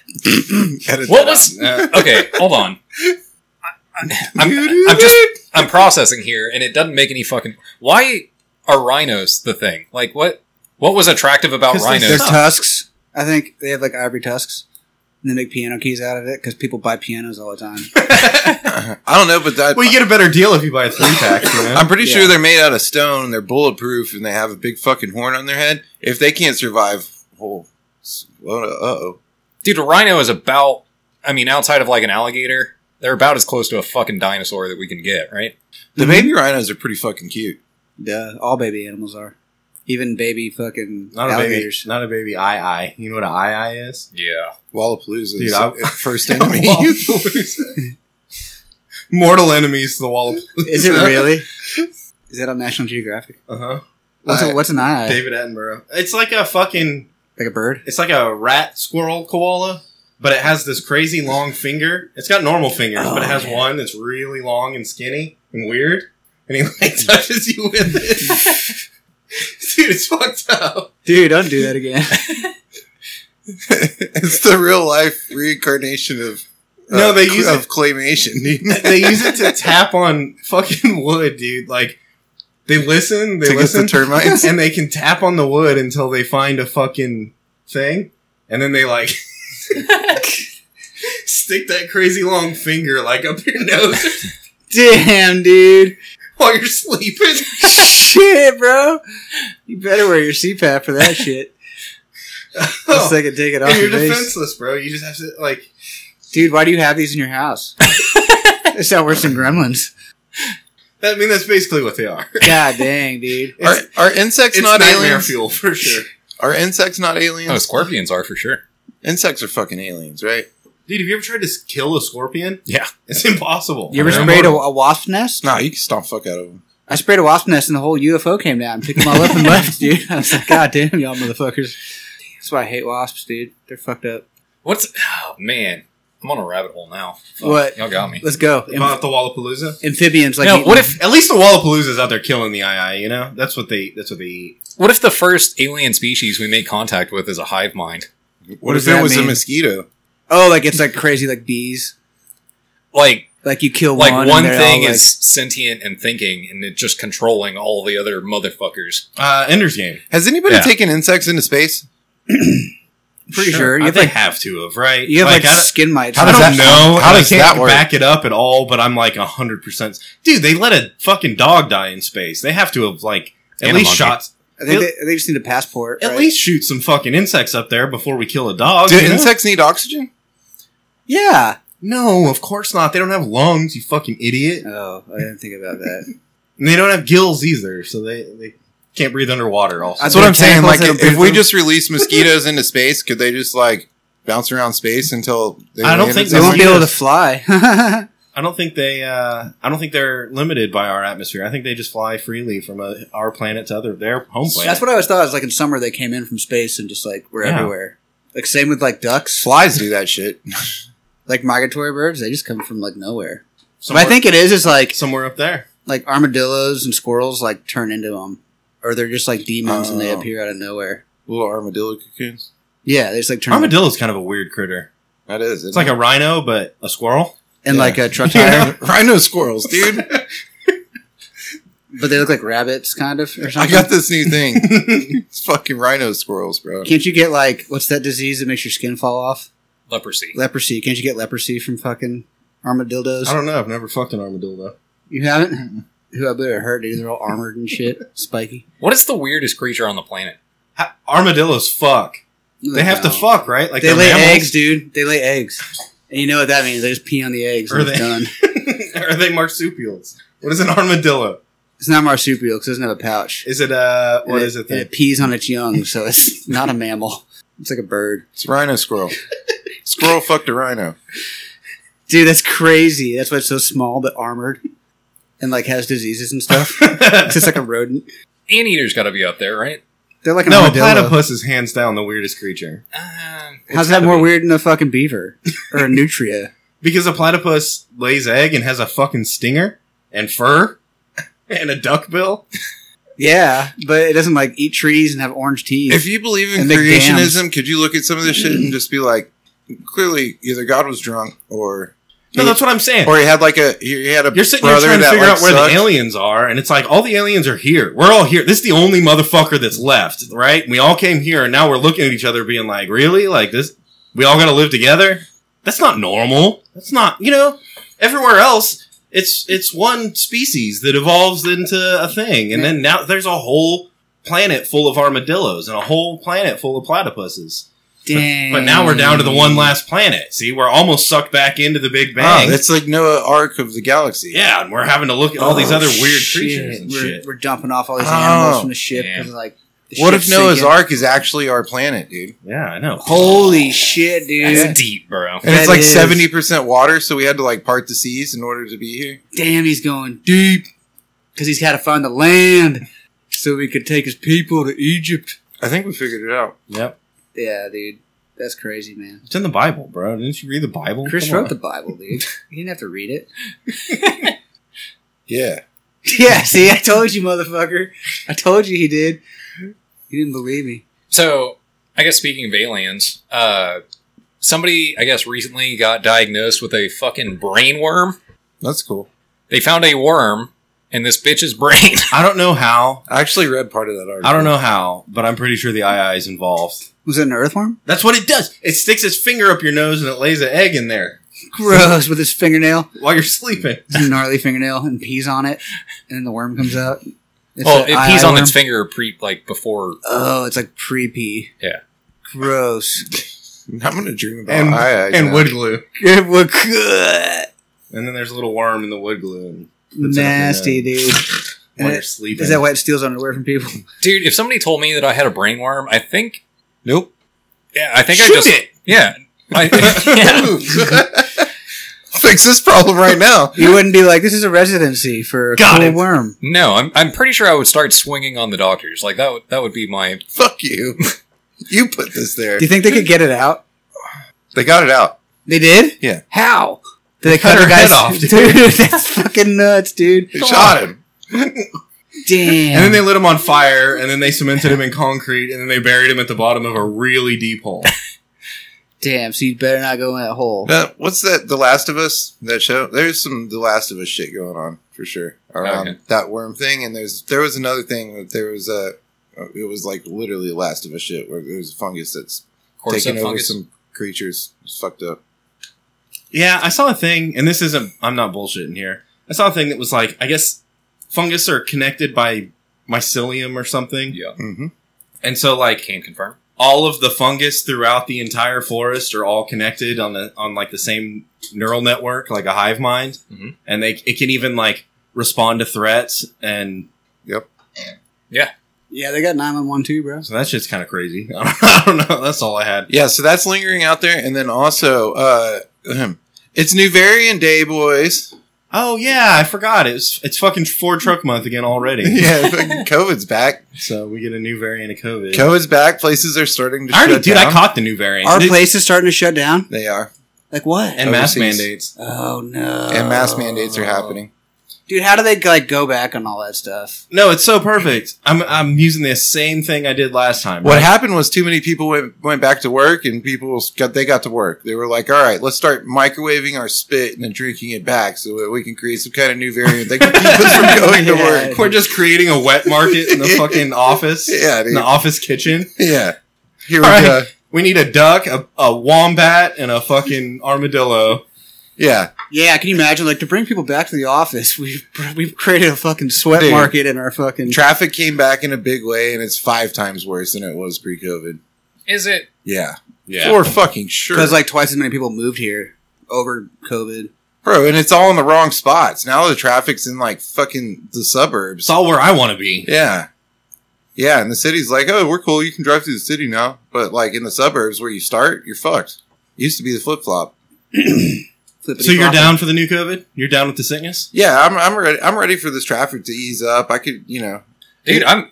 Edit that What was- out. Uh, Okay, hold on. I, I, I'm, I'm just I'm processing here, and it doesn't make any fucking. Why are rhinos the thing? Like what? What was attractive about 'Cause they rhinos? Their Huh. tusks. I think they have like ivory tusks, and they make piano keys out of it because people buy pianos all the time. I don't know, but that, Well, you get a better deal if you buy a three pack. You know? I'm pretty Yeah. sure they're made out of stone. They're bulletproof, and they have a big fucking horn on their head. If they can't survive, oh, uh oh, Dude, a rhino is about. I mean, outside of like an alligator, they're about as close to a fucking dinosaur that we can get, right? the Mhm. baby rhinos are pretty fucking cute. Duh, all baby animals are, even baby fucking not a baby. alligators. Not a baby. I I. You know what an I I is? Yeah. Wallapalooza Dude, is I- the first enemy. Wallapalooza. Mortal enemies to the wall. Is it really? Is that on National Geographic? Uh huh. What's, a, I- what's an eye? David Attenborough. It's like a fucking. Like a bird? It's like a rat, squirrel, koala, but it has this crazy long finger. It's got normal fingers, but it has one that's really long and skinny and weird. And he like touches you with it. Dude, it's fucked up. Dude, don't do that again. it's the real life reincarnation of uh, No, they cl- use of claymation. They use it to tap on fucking wood, dude. Like they listen, they to get listen, the termites. and they can tap on the wood until they find a fucking thing, and then they like stick that crazy long finger like up your nose Damn, dude. while you're sleeping. Shit, bro. You better wear your CPAP for that shit. Oh. Unless they can take it off and you're your face. defenseless, bro. You just have to like. Dude, why do you have these in your house? They sound worse than gremlins. That, I mean, that's basically what they are. God dang, dude. are, It's, are insects it's not nightmare aliens? fuel for sure, Are insects not Oh, aliens? scorpions are for sure. Insects are fucking aliens, right? dude. Have you ever tried to s- kill a scorpion? Yeah. it's impossible. You ever Yeah. sprayed a, a wasp nest? Nah, you can stomp fuck out of them. I sprayed a wasp nest and the whole UFO came down and picked them all up and left, dude. I was like, God damn, y'all motherfuckers. That's why I hate wasps, dude. They're fucked up. What's oh man? I'm on a rabbit hole now. Fuck, What? Y'all got me. Let's go. Amph- About the Wallapalooza. amphibians like No, eating- what if At least the Wallapalooza's out there killing the II. You know, that's what they. That's what they eat. what if the first alien species we make contact with is a hive mind? What, does if it that was mean? a mosquito? oh like it's like crazy like bees Like like you kill like one, one, and they're all, thing like- is sentient and thinking and it just controlling all the other motherfuckers. Uh, Ender's Game. Has anybody Yeah. taken insects into space? Pretty sure. You I have, think like- have to have right. you have like, I, skin mites how I does don't that- know. how I does can't that work? back it up at all, but I'm like hundred percent. Dude, they let a fucking dog die in space. They have to have like at And a least monkey. shot I think they, they just need a passport at right? least shoot some fucking insects up there before we kill a dog. Do you know? insects need oxygen? yeah No, of course not. They don't have lungs, you fucking idiot. oh I didn't think about that And they don't have gills either, so they, they can't breathe underwater. Also, I That's what I'm saying. Like, Tentacles that if, abuse if we them? just release mosquitoes into space, could they just like bounce around space until they I don't land think at they won't some be Yes. able to fly I don't think they. Uh, I don't think they're limited by our atmosphere. I think they just fly freely from uh our planet to other their home planet. that's what I always thought is like in summer they came in from space and just like were Yeah. everywhere like same with like ducks Flies do that shit. like migratory birds they just come from like nowhere but somewhere, I think it is is like somewhere up there. like armadillos and squirrels like turn into them, or they're just like demons and they Oh. appear out of nowhere. Little armadillo cocoons. Yeah, they just like turn Armadillo is kind of a weird critter. That is. It's like a rhino, but a squirrel. and yeah. like a truck tire, yeah. rhino squirrels, dude. but they look like rabbits, kind of or I something. got this new thing. it's fucking rhino squirrels, bro. Can't you get like what's that disease that makes your skin fall off? Leprosy. Leprosy. Can't you get leprosy from fucking armadillos? I don't know. I've never fucked an armadillo. You haven't. Who I better hurt? Dude, they're all armored and shit, spiky. What is the weirdest creature on the planet? Ha- armadillos fuck. No, They have to don't. fuck, right? Like They they're lay mammals. eggs, dude. They lay eggs, and you know what that means. They just pee on the eggs. Are and it's they- done. Are they marsupials? What is an armadillo? It's not marsupial because it doesn't have a pouch. Is it uh what And is it then? and it pees on its young, so it's not a mammal. It's like a bird. It's rhino squirrel. squirrel fucked a rhino. Dude, that's crazy. That's why it's so small but armored and like has diseases and stuff. it's just like a rodent. Anteater's got to be up there, right? They're like an no, a armadillo. platypus is hands down the weirdest creature. Uh, How's that more weird than a fucking beaver or a nutria? Because a platypus lays egg and has a fucking stinger and fur and a duck bill. Yeah, but it doesn't like eat trees and have orange teeth. If you believe in And make creationism, could you look at some of this shit and just be like, clearly either God was drunk or No, that's what I'm saying. or he had like a he had a You're sitting here brother trying to that figure like, out where sucked. the aliens are, and it's like all the aliens are here. We're all here. This is the only motherfucker that's left, right? We all came here, and now we're looking at each other, being like, "Really? Like this? We all got to live together? That's not normal. That's not you know. Everywhere else, it's it's one species that evolves into a thing, and then now there's a whole planet full of armadillos and a whole planet full of platypuses. Dang. But now we're down to the one last planet. See, we're almost sucked back into the Big Bang. Oh, it's like Noah Ark of the galaxy. Yeah, and we're having to look at all these Oh, other weird Shit. creatures and we're, shit. we're dumping off all these Oh, animals from the ship yeah. because like. the What if ship's Noah's sinking. Ark is actually our planet, dude? Yeah, I know. Holy shit, dude! That's deep, bro. And it's That like is- seventy percent water, so we had to like part the seas in order to be here. Damn, he's going deep because he's got to find the land so he could take his people to Egypt. I think we figured it out. Yep, Yeah, dude, that's crazy, man. it's in the Bible, bro. Didn't you read the Bible? Chris Come on. wrote the Bible, dude. He didn't have to read it. Yeah. Yeah, see, I told you, motherfucker. I told you he did. You didn't believe me. So, I guess speaking of aliens, uh, somebody I guess recently got diagnosed with a fucking brain worm. That's cool. They found a worm in this bitch's brain. I don't know how. I actually read part of that article. I don't know how, but I'm pretty sure the II is involved. Was it an earthworm? That's what it does. It sticks its finger up your nose and it lays an egg in there Gross with his fingernail, while you're sleeping. his gnarly fingernail, and pees on it, and then the worm comes out. It's well, a Oh, it pees eye on worm. its finger pre like before. Oh, it's like pre pee. Yeah. Gross. I'm gonna dream about And- I, I, and wood glue. It was good. And then there's a little worm in the wood glue and puts it up your Nasty, nose dude. While And you're it- sleeping. Is that why it steals underwear from people? Dude, if somebody told me that I had a brain worm, I think. Nope. Yeah, I think I Shoot just. it! Yeah. I, yeah. Fix this problem Oh, right now. You wouldn't be like, this is a residency for a Got cool him. worm. No, I'm, I'm pretty sure I would start swinging on the doctors. Like that would that would be my Fuck you. You put this there. Do you think they could get it out? They got it out. They did? Yeah. How? Did they cut her cut, her head guy's off, dude. dude. that's fucking nuts, dude. They shot him. Damn. And then they lit him on fire, and then they cemented him in concrete, and then they buried him at the bottom of a really deep hole. Damn, so you better not go in that hole. That, what's that? The Last of Us? That show? There's some The Last of Us shit going on for sure around Okay. that worm thing. And there's there was another thing that there was a. It was like literally Last of Us shit where there was a fungus that's Cordyceps taking over fungus. some creatures. It's fucked up. Yeah, I saw a thing, and this isn't, I'm not bullshitting here. I saw a thing that was like, I guess fungus are connected by mycelium or something. Yeah, hmm And so, like, can confirm. all of the fungus throughout the entire forest are all connected on the on like the same neural network, like a hive mind, Mhm. and they it can even like respond to threats, and Yeah, they got 911 too, bro. so that's just kind of crazy. I don't know. That's all I had. Yeah, so that's lingering out there. And then also, uh, it's New Variant Day, boys. Oh yeah, I forgot. It's it's fucking Ford Truck Month again already. yeah, fucking COVID's back. So we get a new variant of COVID. COVID's back. Places are starting to I already, shut dude, down. I caught the new variant. Our Dude, place is starting to shut down. they are. Like what? and mask overseas. mandates. Oh. oh no. And mass mandates are happening. Dude, how do they like go back on all that stuff? No, it's so perfect. I'm I'm using the same thing I did last time. What right? happened was too many people went, went back to work and people got they got to work. They were like, "All right, let's start microwaving our spit and then drinking it back so that we can create some kind of new variant that can keep us from going to work." We're just creating a wet market in the fucking office. Yeah, in the dude. office kitchen. Yeah. Here we All right. go. We need a duck, a, a wombat, and a fucking armadillo. Yeah. Yeah, can you imagine? Like to bring people back to the office, we've we've created a fucking sweat Dude. market in our fucking. Traffic came back in a big way and it's five times worse than it was pre-COVID. Is it? Yeah. For fucking sure. Because like twice as many people moved here over COVID. Bro, and it's all in the wrong spots. Now the traffic's in like fucking the suburbs. it's all where I want to be. Yeah. Yeah, and the city's like, oh, we're cool. You can drive through the city now. But like in the suburbs where you start, you're fucked. Used to be the flip flop. Flippity So you're floppy. down for the new COVID? You're down with the sickness? Yeah, I'm, I'm ready. I'm ready for this traffic to ease up. I could, you know, Dude, I'm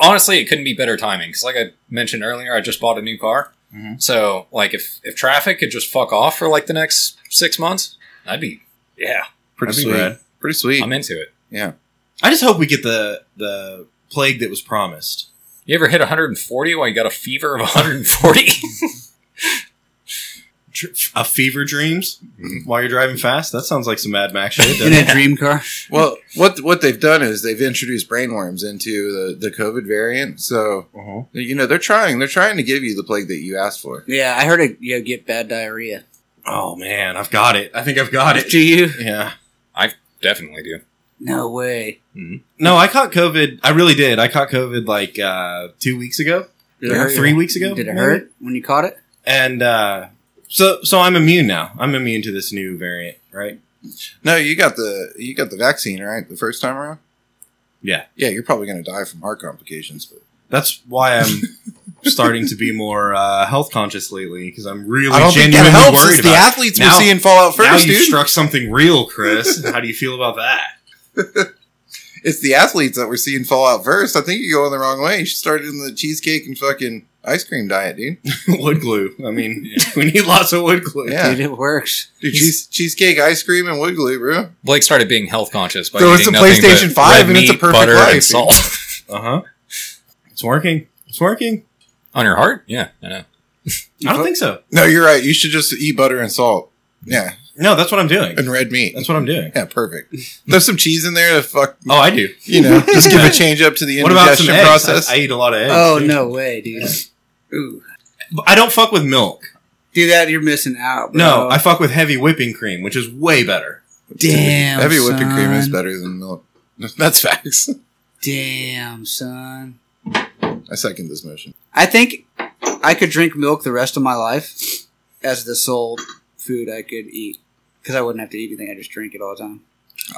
honestly, it couldn't be better timing because, like I mentioned earlier, I just bought a new car. Mm-hmm. Mhm. So, like, if if traffic could just fuck off for like the next six months, I'd be yeah, Pretty That'd be sweet. rad. pretty sweet. I'm into it. I just hope we get the the plague that was promised. You ever hit 140 while you got a fever of 140? Tr- A fever dreams Mm-hmm. while you're driving fast? That sounds like some Mad Max shit. doesn't in it? a dream car. well, what what they've done is they've introduced brainworms into the the COVID variant. So Uh-huh. you know they're trying. They're trying to give you the plague that you asked for. Yeah, I heard it. You get bad diarrhea. Oh man, I've got it. I think I've got it. Do you? Yeah. Definitely do. No way. No, I caught COVID. I really did. I caught COVID like uh, two weeks ago. Did it Or hurt? three weeks ago? Did it maybe? hurt when you caught it? And uh, so so I'm immune now. I'm immune to this new variant, right? No, you got the you got the vaccine right the first time around. Yeah. yeah. You're probably going to die from heart complications, but That's why I'm starting to be more uh, health conscious lately because I'm really I don't think that genuinely helps. worried It's the about. it. athletes Now- we're seeing fall out now first, you dude. struck something real, Chris. How do you feel about that? it's the athletes that we're seeing fall out first. I think you're going the wrong way. You should start in the cheesecake and fucking ice cream diet, dude. wood glue. I mean, we need lots of wood glue. Yeah. Dude, it works. Dude, cheese, cheesecake, ice cream, and wood glue, bro. Blake started being health conscious by So it's eating a nothing PlayStation but 5 red and it's a meat, perfect butter, life, and dude. salt Uh huh. It's working. It's working. on your heart. Yeah, I know. I Oh, don't think so. No, you're right. You should just eat butter and salt. Yeah, No, that's what I'm doing. and red meat. That's what I'm doing. Yeah, perfect. Throw some cheese in there to fuck, Oh, I do. you know, just give a change up to the What about indigestion some eggs? process. I, I eat a lot of eggs. Oh too. no way, dude. Ooh, But I don't fuck with milk. dude, that you're missing out. Bro. No, I fuck with heavy whipping cream, which is way better. damn. Heavy whipping cream is son. better than milk. That's facts. Damn, son. I second this motion. I think I could drink milk the rest of my life as the sole food I could eat because I wouldn't have to eat anything. I just drink it all the time.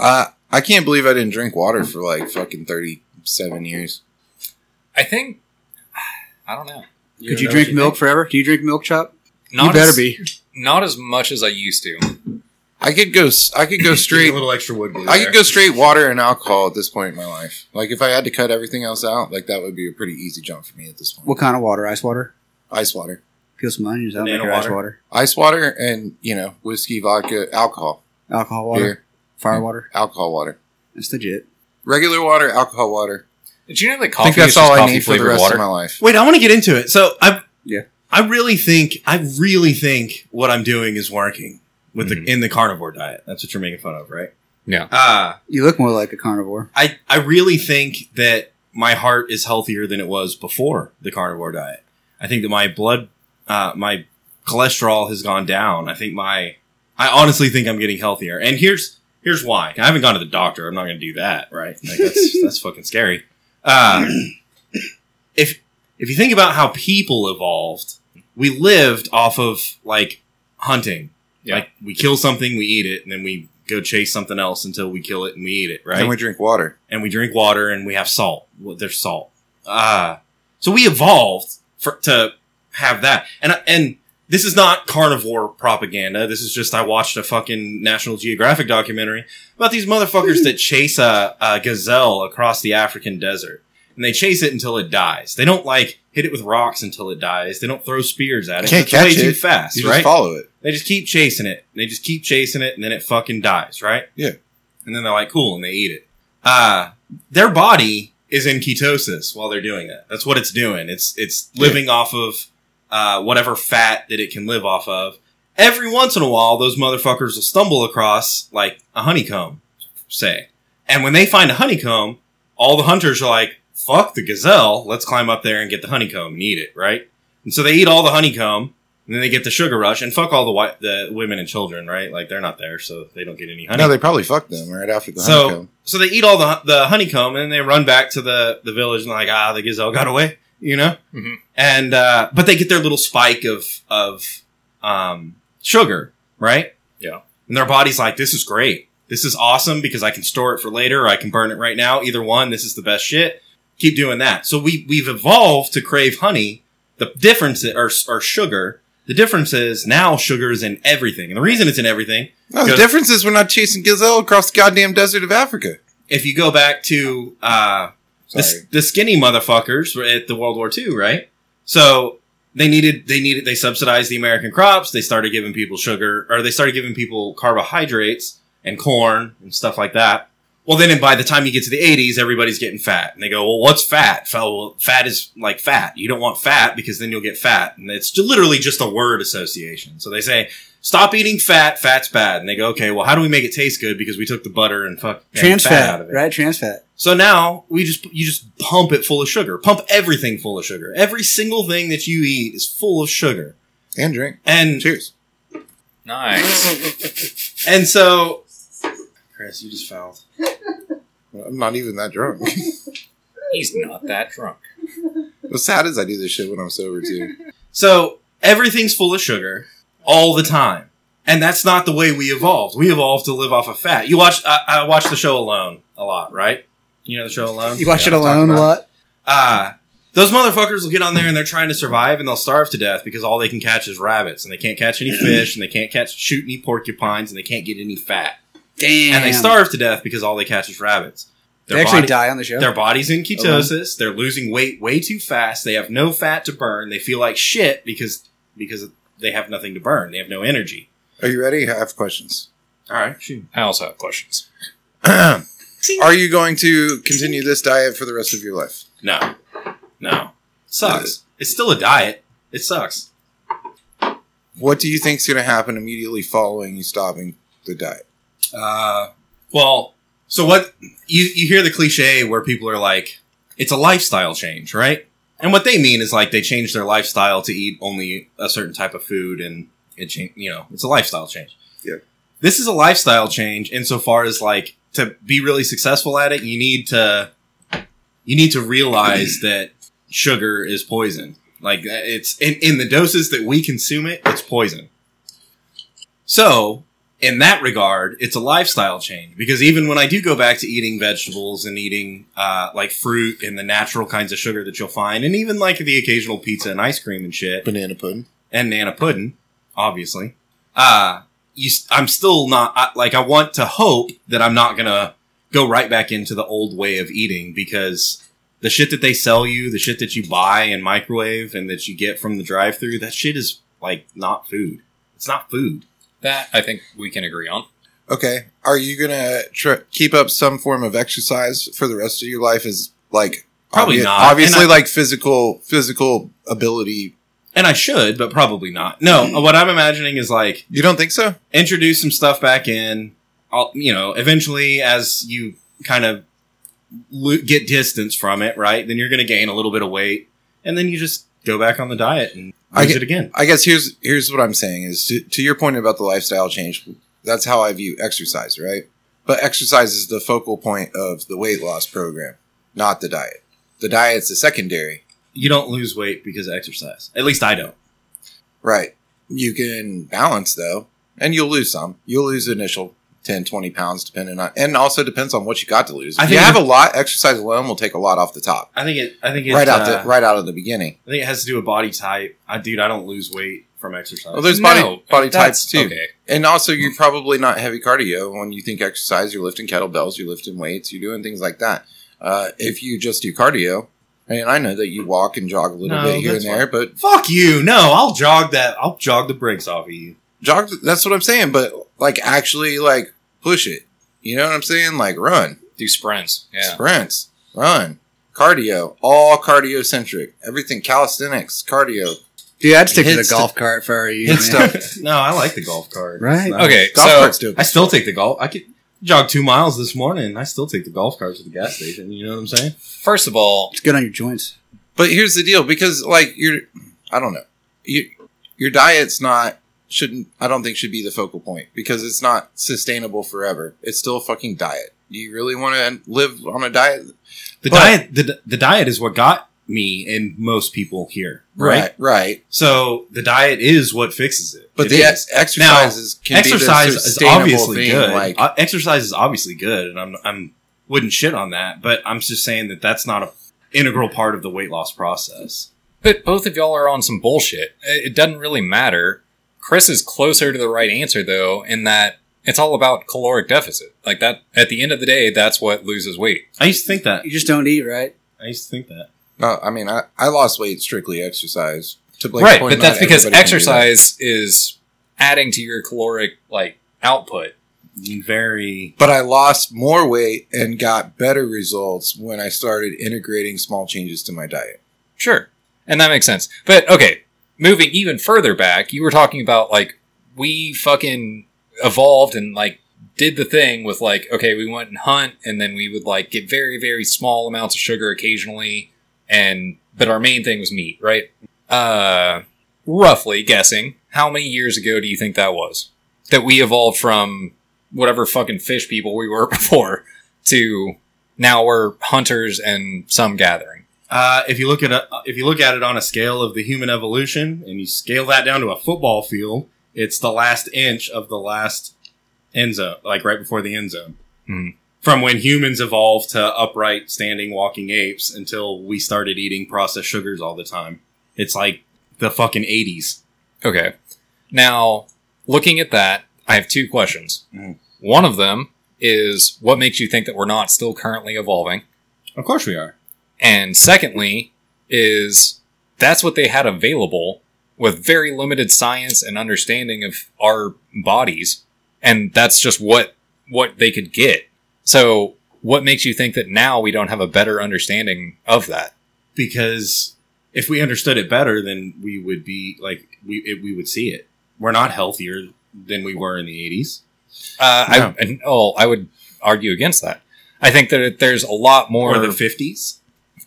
Uh, I can't believe I didn't drink water for like fucking 37 years. I think I don't know. could you drink you milk forever? Do you drink milk chop? Not you better as, be. Not as much as I used to. I could go, s- I could go Straight straight a little extra wood glue. I could go straight water and alcohol at this point in my life. Like if I had to cut everything else out, like that would be a pretty easy jump for me at this point. What kind of water? Ice water. Ice water. Peel some onions out, make Banana your ice water. water. Ice water and, you know, whiskey, vodka, alcohol, Alcohol water. beer, Fire water. alcohol water. That's legit. Regular water, alcohol water. Did you know that I coffee think that's is just all I coffee need for the flavored rest water? of my life. Wait, I want to get into it. So I Yeah. I really think I really think what I'm doing is working with Mhm. the in the carnivore diet. That's what you're making fun of, right? Yeah. Uh You look more like a carnivore. I I really think that my heart is healthier than it was before the carnivore diet. I think that my blood uh my cholesterol has gone down. I think my I honestly think I'm getting healthier. And here's here's why. I haven't gone to the doctor. I'm not going to do that, right? Like that's that's fucking scary. Uh if if you think about how people evolved, we lived off of like hunting. Yeah. Like we kill something, we eat it, and then we go chase something else until we kill it and we eat it, right? And we drink water. and we drink water and we have salt. Well, there's salt. Uh, so we evolved for, to have that. And, and this is not carnivore propaganda. This is just, I watched a fucking National Geographic documentary about these motherfuckers that chase a, a gazelle across the African desert. And they chase it until it dies. They don't like hit it with rocks until it dies. They don't throw spears at it. Can't 'cause it's catch way too it. fast, You right? just follow it. They just keep chasing it. They just keep chasing it, and then it fucking dies, right? Yeah. And then they're like, cool, and they eat it. Uh, their body is in ketosis while they're doing that. That's what it's doing. It's it's living off of uh, whatever fat that it can live off of. Every once in a while, those motherfuckers will stumble across like a honeycomb, say. And when they find a honeycomb, all the hunters are like, fuck the gazelle, let's climb up there and get the honeycomb and eat it, right? And so they eat all the honeycomb, and then they get the sugar rush, and fuck all the white, the women and children, right? Like they're not there, so they don't get any honey. No, they probably fucked them right after the So- honeycomb. so they eat all the the honeycomb, and they run back to the the village, and they're like, ah, the gazelle got away, you know. Mhm. And uh, but they get their little spike of of um, sugar, right? Yeah. And their body's like, this is great. This is awesome because I can store it for later, or I can burn it right now. Either one, this is the best shit. Keep doing that. So we we've evolved to crave honey. The difference or or sugar. The difference is now sugar is in everything, and the reason it's in everything No, the Good. difference is we're not chasing gazelle across the goddamn desert of Africa. if you go back to uh, the, Sorry. the skinny motherfuckers were at the World War II, right? So they needed they needed they subsidized the American crops. They started giving people sugar, or they started giving people carbohydrates and corn and stuff like that. Well, then by the time you get to the 80s, everybody's getting fat, and they go, "Well, what's fat? Fa- Well, fat is like fat. You don't want fat because then you'll get fat, and it's ju- literally just a word association." So they say. Stop eating fat. Fat's bad. And they go, okay. Well, how do we make it taste good? Because we took the butter and fuck and Trans fat fat, right? Trans fat. so now we just you just pump it full of sugar. Pump everything full of sugar. Every single thing that you eat is full of sugar. And drink. And Cheers. Nice. and so Chris, you just fouled. I'm not even that drunk. He's not that drunk. What's sad is I do this shit when I'm sober too. So everything's full of sugar all the time. And that's not the way we evolved. We evolved to live off of fat. You watch I, I watch the show Alone a lot, right? You know the show Alone? You watch Yeah, it I'll talk alone a about lot. uh, those motherfuckers will get on there and they're trying to survive and they'll starve to death because all they can catch is rabbits and they can't catch any fish and they can't catch shoot any porcupines and they can't get any fat Damn. and they starve to death because all they catch is rabbits. They Their actually body- die on the show. Their body's in ketosis. They're losing weight way too fast. They have no fat to burn. They feel like shit because because they have nothing to burn. They have no energy. Are you ready? I have questions. All right, shoot. I also have questions. Are you going to continue this diet for the rest of your life? No, no, sucks. It's still a diet. It sucks. What do you think's going to happen immediately following you stopping the diet? Uh, well, so what you you hear the cliche where people are like, it's a lifestyle change, right? And what they mean is like they change their lifestyle to eat only a certain type of food, and it change. You know, it's a lifestyle change. Yeah. This is a lifestyle change insofar as like to be really successful at it, you need to you need to realize that sugar is poison. Like uh, it's in, in the doses that we consume it, it's poison. So in that regard, it's a lifestyle change because even when I do go back to eating vegetables and eating uh, like fruit and the natural kinds of sugar that you'll find, and even like the occasional pizza and ice cream and shit, Banana pudding. and Nana Puddin, obviously. Uh, you, s- I'm still not I, like I want to hope that I'm not gonna go right back into the old way of eating because the shit that they sell you, the shit that you buy and microwave and that you get from the drive through, that shit is like not food. It's not food. That I think we can agree on. Okay. Are you gonna tr- keep up some form of exercise for the rest of your life? Is like Probably obvi- not. Obviously, And I- like physical physical ability. And I should, but probably not. No, what I'm imagining is like You don't think so? introduce some stuff back in. I'll, you know, eventually as you kind of lo- get distance from it, right? Then you're going to gain a little bit of weight, and then you just go back on the diet and I lose get- it again. I guess here's here's what I'm saying is to, to your point about the lifestyle change. That's how I view exercise, right? But exercise is the focal point of the weight loss program, not the diet. The diet's the secondary, You don't lose weight because of exercise. At least I don't. right? You can balance though, and you'll lose some. You'll lose the initial 10, 20 pounds, depending on, and also depends on what you got to lose. I If you think- have a lot, exercise alone will take a lot off the top, I think it. I think it's, right out uh, the right out of the beginning. I think it has to do with body type. I dude, I don't lose weight from exercise. Well, there's No, body body that's- types too. Okay. And also, you're probably not heavy cardio. When you think exercise, you're lifting kettlebells, you're lifting weights, you're doing things like that. Uh, if you just do cardio, and I know that you walk and jog a little No, bit here that's and there, but Fuck you. No, I'll jog that. I'll jog the brakes off of you. jog, that's what I'm saying. But like, actually, like, push it. You know what I'm saying? Like, run, Do sprints. Yeah. sprints, run, cardio, all cardio centric, everything calisthenics, cardio. Dude, I'd stick to the Hits golf cart for you. Hits man. no, I like the golf cart. Right. It's not- Okay. Golf so carts do it. I still take the golf. I could jog two miles this morning. and I still take the golf cart to the gas station. You know what I'm saying? first of all, It's good on your joints. But here's the deal, because like you're, I don't know, you, your diet's not shouldn't I don't think should be the focal point because it's not sustainable forever. It's still a fucking diet. Do you really want to live on a diet? The But- diet. The, the diet is what got me and most people here. Right. right. right. So the diet is what fixes it. But It the is. ex- exercises can exercise be the is sustainable obviously thing, good. Like Uh, exercise is obviously good, and I'm I'm wouldn't shit on that. But I'm just saying that that's not a integral part of the weight loss process. but both of y'all are on some bullshit. It it doesn't really matter. Chris is closer to the right answer though, in that it's all about caloric deficit. Like that. At the end of the day, that's what loses weight. I used to think that. You just don't eat, right? I used to think that. no, uh, I mean, I, I lost weight strictly exercise. To Blake's right, point, but that's not because everybody can do that. exercise is adding to your caloric like output. Very. But I lost more weight and got better results when I started integrating small changes to my diet. Sure. And that makes sense. But okay, moving even further back, you were talking about like we fucking evolved and like did the thing with like okay, we went and hunt and then we would like get very very small amounts of sugar occasionally and but our main thing was meat, right? Uh roughly guessing, how many years ago do you think that was? That we evolved from whatever fucking fish people we were before to now we're hunters and some gathering. Uh, if you look at a, if you look at it on a scale of the human evolution, and you scale that down to a football field, it's the last inch of the last end zone, like right before the end zone. Mhm. From when humans evolved to upright, standing, walking apes until we started eating processed sugars all the time. It's like the fucking eighties. Okay. Now, looking at that, I have two questions. Mhm. One of them is what makes you think that we're not still currently evolving? Of course we are. And secondly, is that's what they had available with very limited science and understanding of our bodies. And that's just what, what they could get. So what makes you think that now we don't have a better understanding of that? because if we understood it better, then we would be like we it, we would see it. We're not healthier than we were in the eighties. Uh, No. I, and, oh, I would argue against that. I think that there's a lot more Or, the fifties.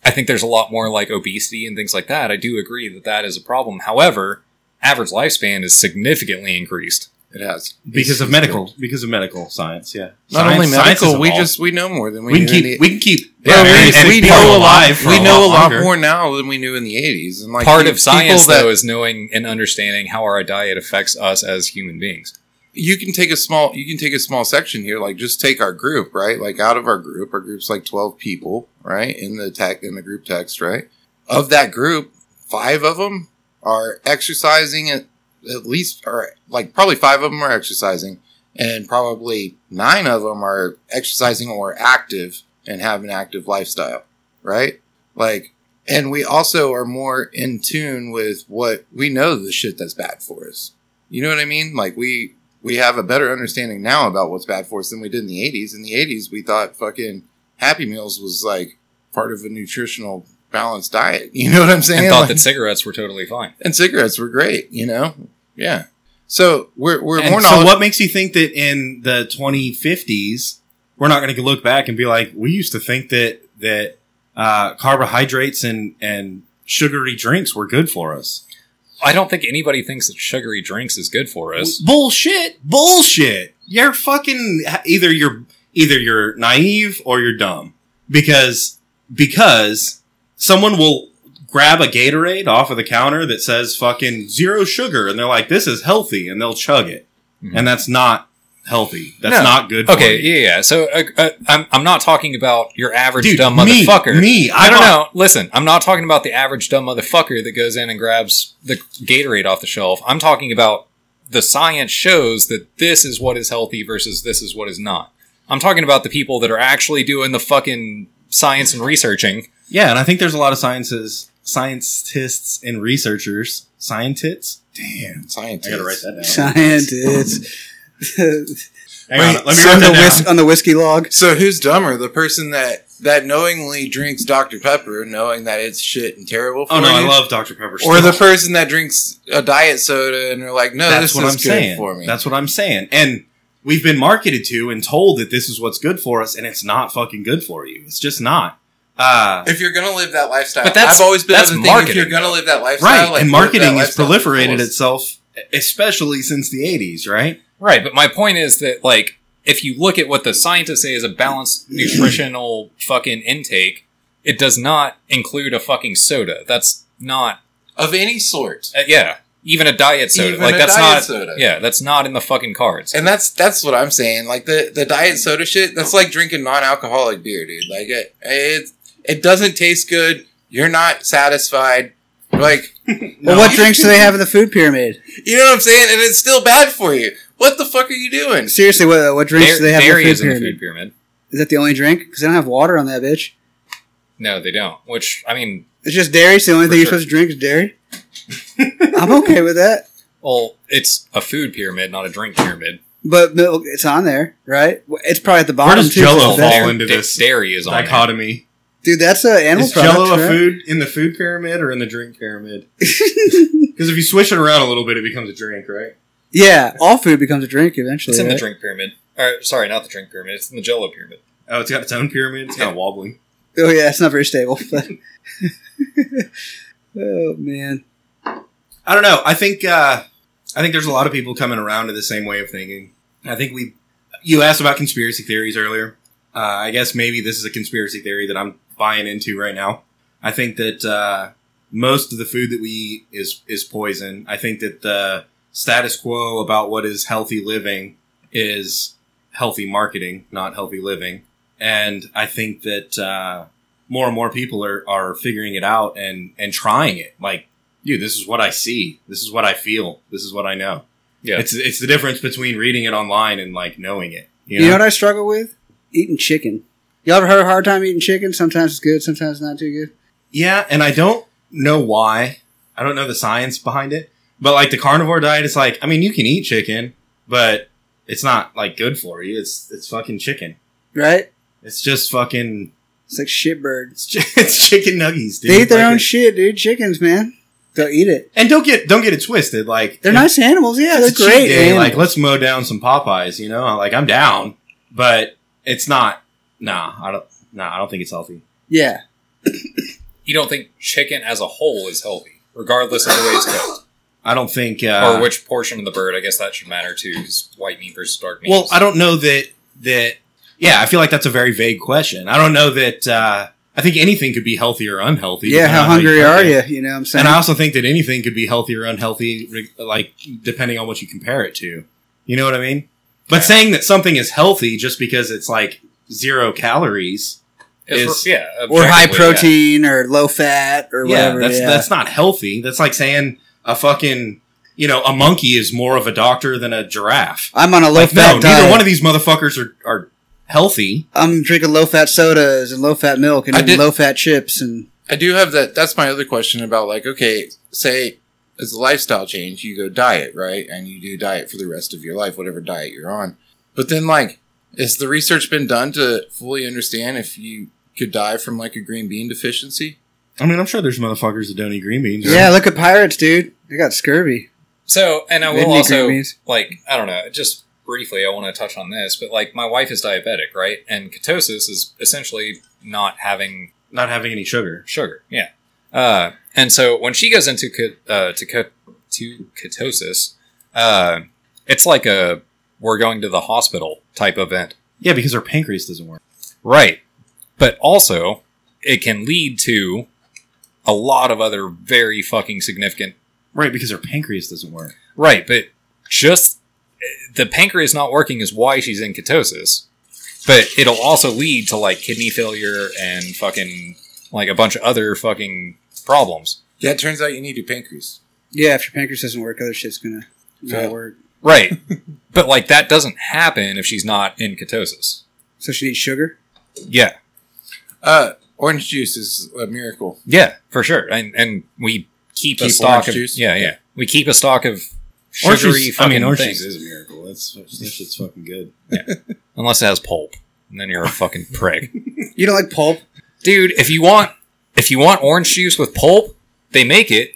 I think there's a lot more like obesity and things like that. I do agree that that is a problem. However, average lifespan is significantly increased. It has Because of medical because of medical science, yeah. Not Science- only science has medical, we evolved. just we know more than we, we can knew keep in the- we can keep Yeah, very we- sick we people know a alive for we know a lot longer. more now than we knew in the eighties, and like Part you- of science, people that- though, is knowing and understanding how our diet affects us as human beings. you can take a small you can take a small section here, like just take our group, right? Like out of our group, our group's like twelve people, right? In the tech in the group text, right? Of that group, five of them are exercising at at least, or like probably five of them are exercising, and probably nine of them are exercising or active and have an active lifestyle, right? Like, and we also are more in tune with what we know the shit that's bad for us. You know what I mean? Like we we have a better understanding now about what's bad for us than we did in the '80s. In the '80s, we thought fucking Happy Meals was like part of a nutritional balanced diet. You know what I'm saying? and thought Like- that cigarettes were totally fine. and cigarettes were great. You know? Yeah. So we're we're And more So knowledgeable. what makes you think that in the 2050s we're not going to look back and be like we used to think that that uh, carbohydrates and and sugary drinks were good for us? I don't think anybody thinks that sugary drinks is good for us. Bullshit! Bullshit! You're fucking either you're either you're naive or you're dumb because because someone will grab a Gatorade off of the counter that says fucking zero sugar and they're like this is healthy and they'll chug it Mhm. and that's not healthy. That's No. not good. for Okay, you. yeah, yeah. So uh, uh, I'm, I'm not talking about your average Dude, dumb me, motherfucker. Me, I don't bought- know. Listen, I'm not talking about the average dumb motherfucker that goes in and grabs the Gatorade off the shelf. I'm talking about the science shows that this is what is healthy versus this is what is not. I'm talking about the people that are actually doing the fucking science and researching. Yeah, and I think there's a lot of sciences, scientists and researchers, scientists. Damn, Scientists. I gotta write that down. Scientists. Hang on, let Wait, me so write on, the that down. whis- on the whiskey log. So who's dumber, the person that that knowingly drinks Dr Pepper, knowing that it's shit and terrible for Oh no, you, I love Dr Pepper. or still. the person that drinks a diet soda and they're like, no, that's Oh, this what is I'm good saying. for me. That's what I'm saying. And we've been marketed to and told that this is what's good for us, and it's not fucking good for you. It's just not. Uh, if you're gonna live that lifestyle, But that's- I've always been that's of the thing, If marketing, you're gonna live that lifestyle, right, like, and live marketing that has lifestyle to the proliferated fullest. itself, especially since the '80s. Right? Right, but my point is that like if you look at what the scientists say is a balanced nutritional fucking intake, it does not include a fucking soda. That's not of any sort. uh, yeah, even a diet soda. Even like a that's diet not soda. yeah, that's not in the fucking cards. And that's that's what I'm saying. Like the the diet soda shit. That's like drinking non-alcoholic beer, dude. Like it it it doesn't taste good. You're not satisfied. Like No. Well, what drinks do they have in the food pyramid? you know what I'm saying? And it's still bad for you. What the fuck are you doing? Seriously, what, what drinks Dairy- do they have in the dairy food is in the pyramid? food pyramid. Is that the only drink? Because they don't have water on that bitch. No, they don't. Which I mean, It's just dairy. It's the only For thing you're sure. supposed to drink is dairy. I'm okay with that. well, it's a food pyramid, not a drink pyramid. But milk, it's on there, right? It's probably at the bottom does too. Jell-O It's the fall best. in? into Da- this Dairy is on there. Dichotomy: Dude, that's an animal Is product. Jello a right? food in the food pyramid or in the drink pyramid? Because if you swish it around a little bit, it becomes a drink, right? Yeah, all food becomes a drink eventually. It's in the right? drink pyramid. Or, sorry, not the drink pyramid. It's in the Jello pyramid. Oh, it's got its own pyramid. It's kind of wobbly. Oh yeah, it's not very stable. But oh man, I don't know. I think uh, I think there's a lot of people coming around to the same way of thinking. I think we. You asked about conspiracy theories earlier. Uh, I guess maybe this is a conspiracy theory that I'm buying into right now. I think that uh, most of the food that we eat is is poison. I think that the status quo about what is healthy living is healthy marketing, not healthy living. And I think that uh, more and more people are, are figuring it out and and trying it. Like dude, this is what I see. This is what I feel. This is what I know. Yeah. It's it's the difference between reading it online and like knowing it. You you know? what I struggle with? Eating chicken. Y'all ever have a hard time eating chicken? Sometimes it's good, sometimes not too good. yeah, and I don't know why. I don't know the science behind it. But like the carnivore diet is like, I mean, you can eat chicken, but it's not like good for you. It's it's fucking chicken. Right? It's just fucking It's like shitbirds. it's, chi- it's chicken nuggies, dude. They eat their Like own it- shit, dude. Chickens, man. They'll eat it. and don't get don't get it twisted. Like They're if- nice animals. Yeah, it's they're a cheat great. day, man. Like, let's mow down some Popeyes. You know, like I'm down, but it's not. Nah, I don't. Nah, I don't think it's healthy. yeah, you don't think chicken as a whole is healthy, regardless of the way it's cooked I don't think. Uh, or which portion of the bird. I guess that should matter too. Is white meat versus dark meat? well, I don't know that that. Yeah, I feel like that's a very vague question. I don't know that. Uh, I think anything could be healthy or unhealthy. yeah. depending How on hungry cook are it. you? You know what I'm saying? And I also think that anything could be healthy or unhealthy, re- like depending on what you compare it to. You know what I mean? But Yeah. saying that something is healthy just because it's like zero calories It's- is- yeah, or high objectively, yeah. protein or low fat or whatever. that's yeah. that's not healthy. That's like saying a fucking you know a monkey is more of a doctor than a giraffe. I'm on a low Like no, fat neither diet. one of these motherfuckers are are healthy. I'm drinking low fat sodas and low fat milk and I eating did- low fat chips and I do have that. That's my other question about like, okay, say as a lifestyle change, you go diet, right? And you do diet for the rest of your life, whatever diet you're on. But then, like, has the research been done to fully understand if you could die from like a green bean deficiency? I mean, I'm sure there's motherfuckers that don't eat green beans. Yeah, look at pirates, dude. They got scurvy. So, and I They will didn't eat green also beans. like I don't know, just briefly, I want to touch on this, but like my wife is diabetic, right? And ketosis is essentially not having Not having any sugar. sugar. Yeah. Uh, and so when she goes into ke- uh, to ke- to ketosis, uh, it's like a we're going to the hospital type event, Yeah, because their pancreas doesn't work. right? But also, it can lead to a lot of other very fucking significant, Right, because their pancreas doesn't work. right? But just the pancreas not working is why she's in ketosis. But it'll also lead to like kidney failure and fucking like a bunch of other fucking problems. Yeah, it turns out you need your pancreas. Yeah, if your pancreas doesn't work, other shit's gonna Yeah. not work. Right. but like that doesn't happen if she's not in ketosis. So she needs sugar. Yeah. Uh, orange juice is a miracle. Yeah, for sure. And and we keep, a Keep stock orange of juice? yeah, yeah. We keep a stock of Orange sugary juice- I fucking mean, orange things. juice is a miracle. That's that shit's fucking good. Unless it has pulp. And then you're a fucking prick. You don't like pulp? Dude, if you want if you want orange juice with pulp, they make it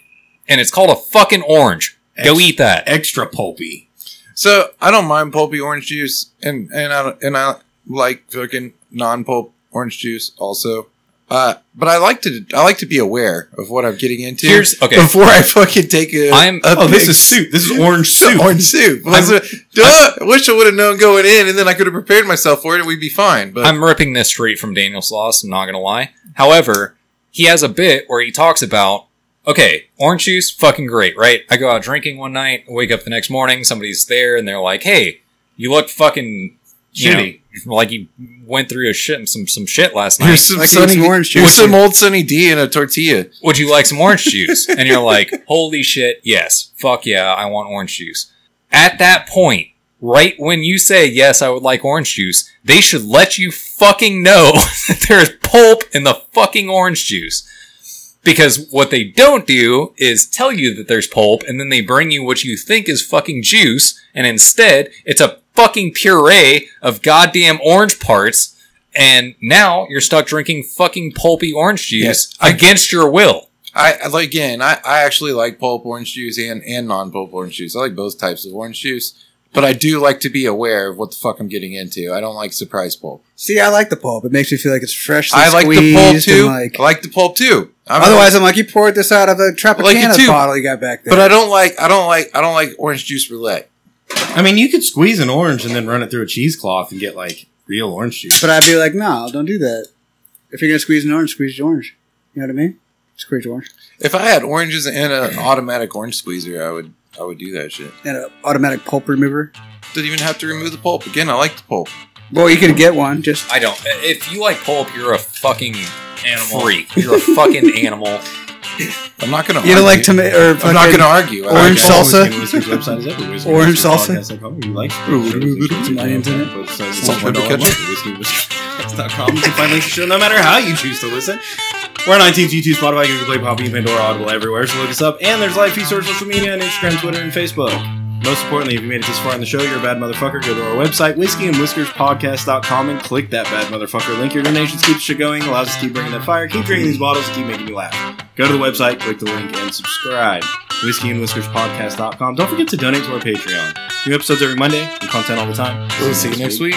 and it's called a fucking orange. Go Ex- eat that. Extra pulpy. So I don't mind pulpy orange juice, and and I and I like fucking non-pulp orange juice also. Uh, but I like to I like to be aware of what I'm getting into Here's okay. before I fucking take a. I'm- a Oh, this big is soup. This is orange soup. Orange soup. I, was, Duh, I wish I would have known going in, and then I could have prepared myself for it, and we'd be fine. But I'm ripping this straight from Daniel Sloss, I'm not gonna lie. However, he has a bit where he talks about okay, orange juice, fucking great, right? I go out drinking one night, wake up the next morning, somebody's there, and they're like, Hey, you look fucking you know, Shitty. like you went through a shit some some shit last night. here's some, I could eat Sunny- some orange here's juice. some old Sunny D in a tortilla. Would you like some orange juice? And you're like, Holy shit, yes, fuck yeah, I want orange juice. At that point, right when you say yes, I would like orange juice, they should let you fucking know that there's pulp in the fucking orange juice. Because what they don't do is tell you that there's pulp, and then they bring you what you think is fucking juice, and instead it's a fucking puree of goddamn orange parts, and now you're stuck drinking fucking pulpy orange juice Yes, I- against your will. I I like again. I, I actually like pulp orange juice and and non pulp orange juice. I like both types of orange juice, but I do like to be aware of what the fuck I'm getting into. I don't like surprise pulp. See, I like the pulp. It makes me feel like it's fresh. I like the pulp too. Like, I like the pulp too. I'm otherwise, I'm like, you poured this out of a like it Tropicana too. bottle you got back there. but I don't like I don't like I don't like orange juice roulette. I mean, you could squeeze an orange and then run it through a cheesecloth and get like real orange juice. But I'd be like, no, don't do that. If you're gonna squeeze an orange, squeeze the orange. You know what I mean? Squeeze the orange If I had oranges and an automatic orange squeezer, I would I would do that shit. and an automatic pulp remover. Didn't even have to remove the pulp. Again, I like the pulp. Well, you could get one. Just I don't. If you like pulp, you're a fucking animal. Freak. You're a fucking animal. I'm not gonna. you argue. don't like tomato or I'm not fucking- gonna argue. I orange like Guys, salsa? Whiskey Whiskers website is everywhere. Whiskey Orange Whiskers salsa? podcast dot com. You like Onions in it. Salt pepper ketchup. Whiskeywhiskers.com. You can find links to the show no matter how you choose to listen. We're on iTunes, YouTube, Spotify, Google Play, Poppy, Pandora, Audible, everywhere. So look us up. And there's live feeds on social media on Instagram, Twitter, and Facebook. Most importantly, if you made it this far in the show, you're a bad motherfucker. Go to our website, whiskeyandwhiskerspodcast.com, and click that bad motherfucker link. Your donations keep the show going, allows us to keep bringing that fire, keep drinking these bottles, and keep making you laugh. Go to the website, click the link, and subscribe. Whiskeyandwhiskerspodcast.com. Don't forget to donate to our Patreon. New episodes every Monday, new content all the time. We'll see you next week.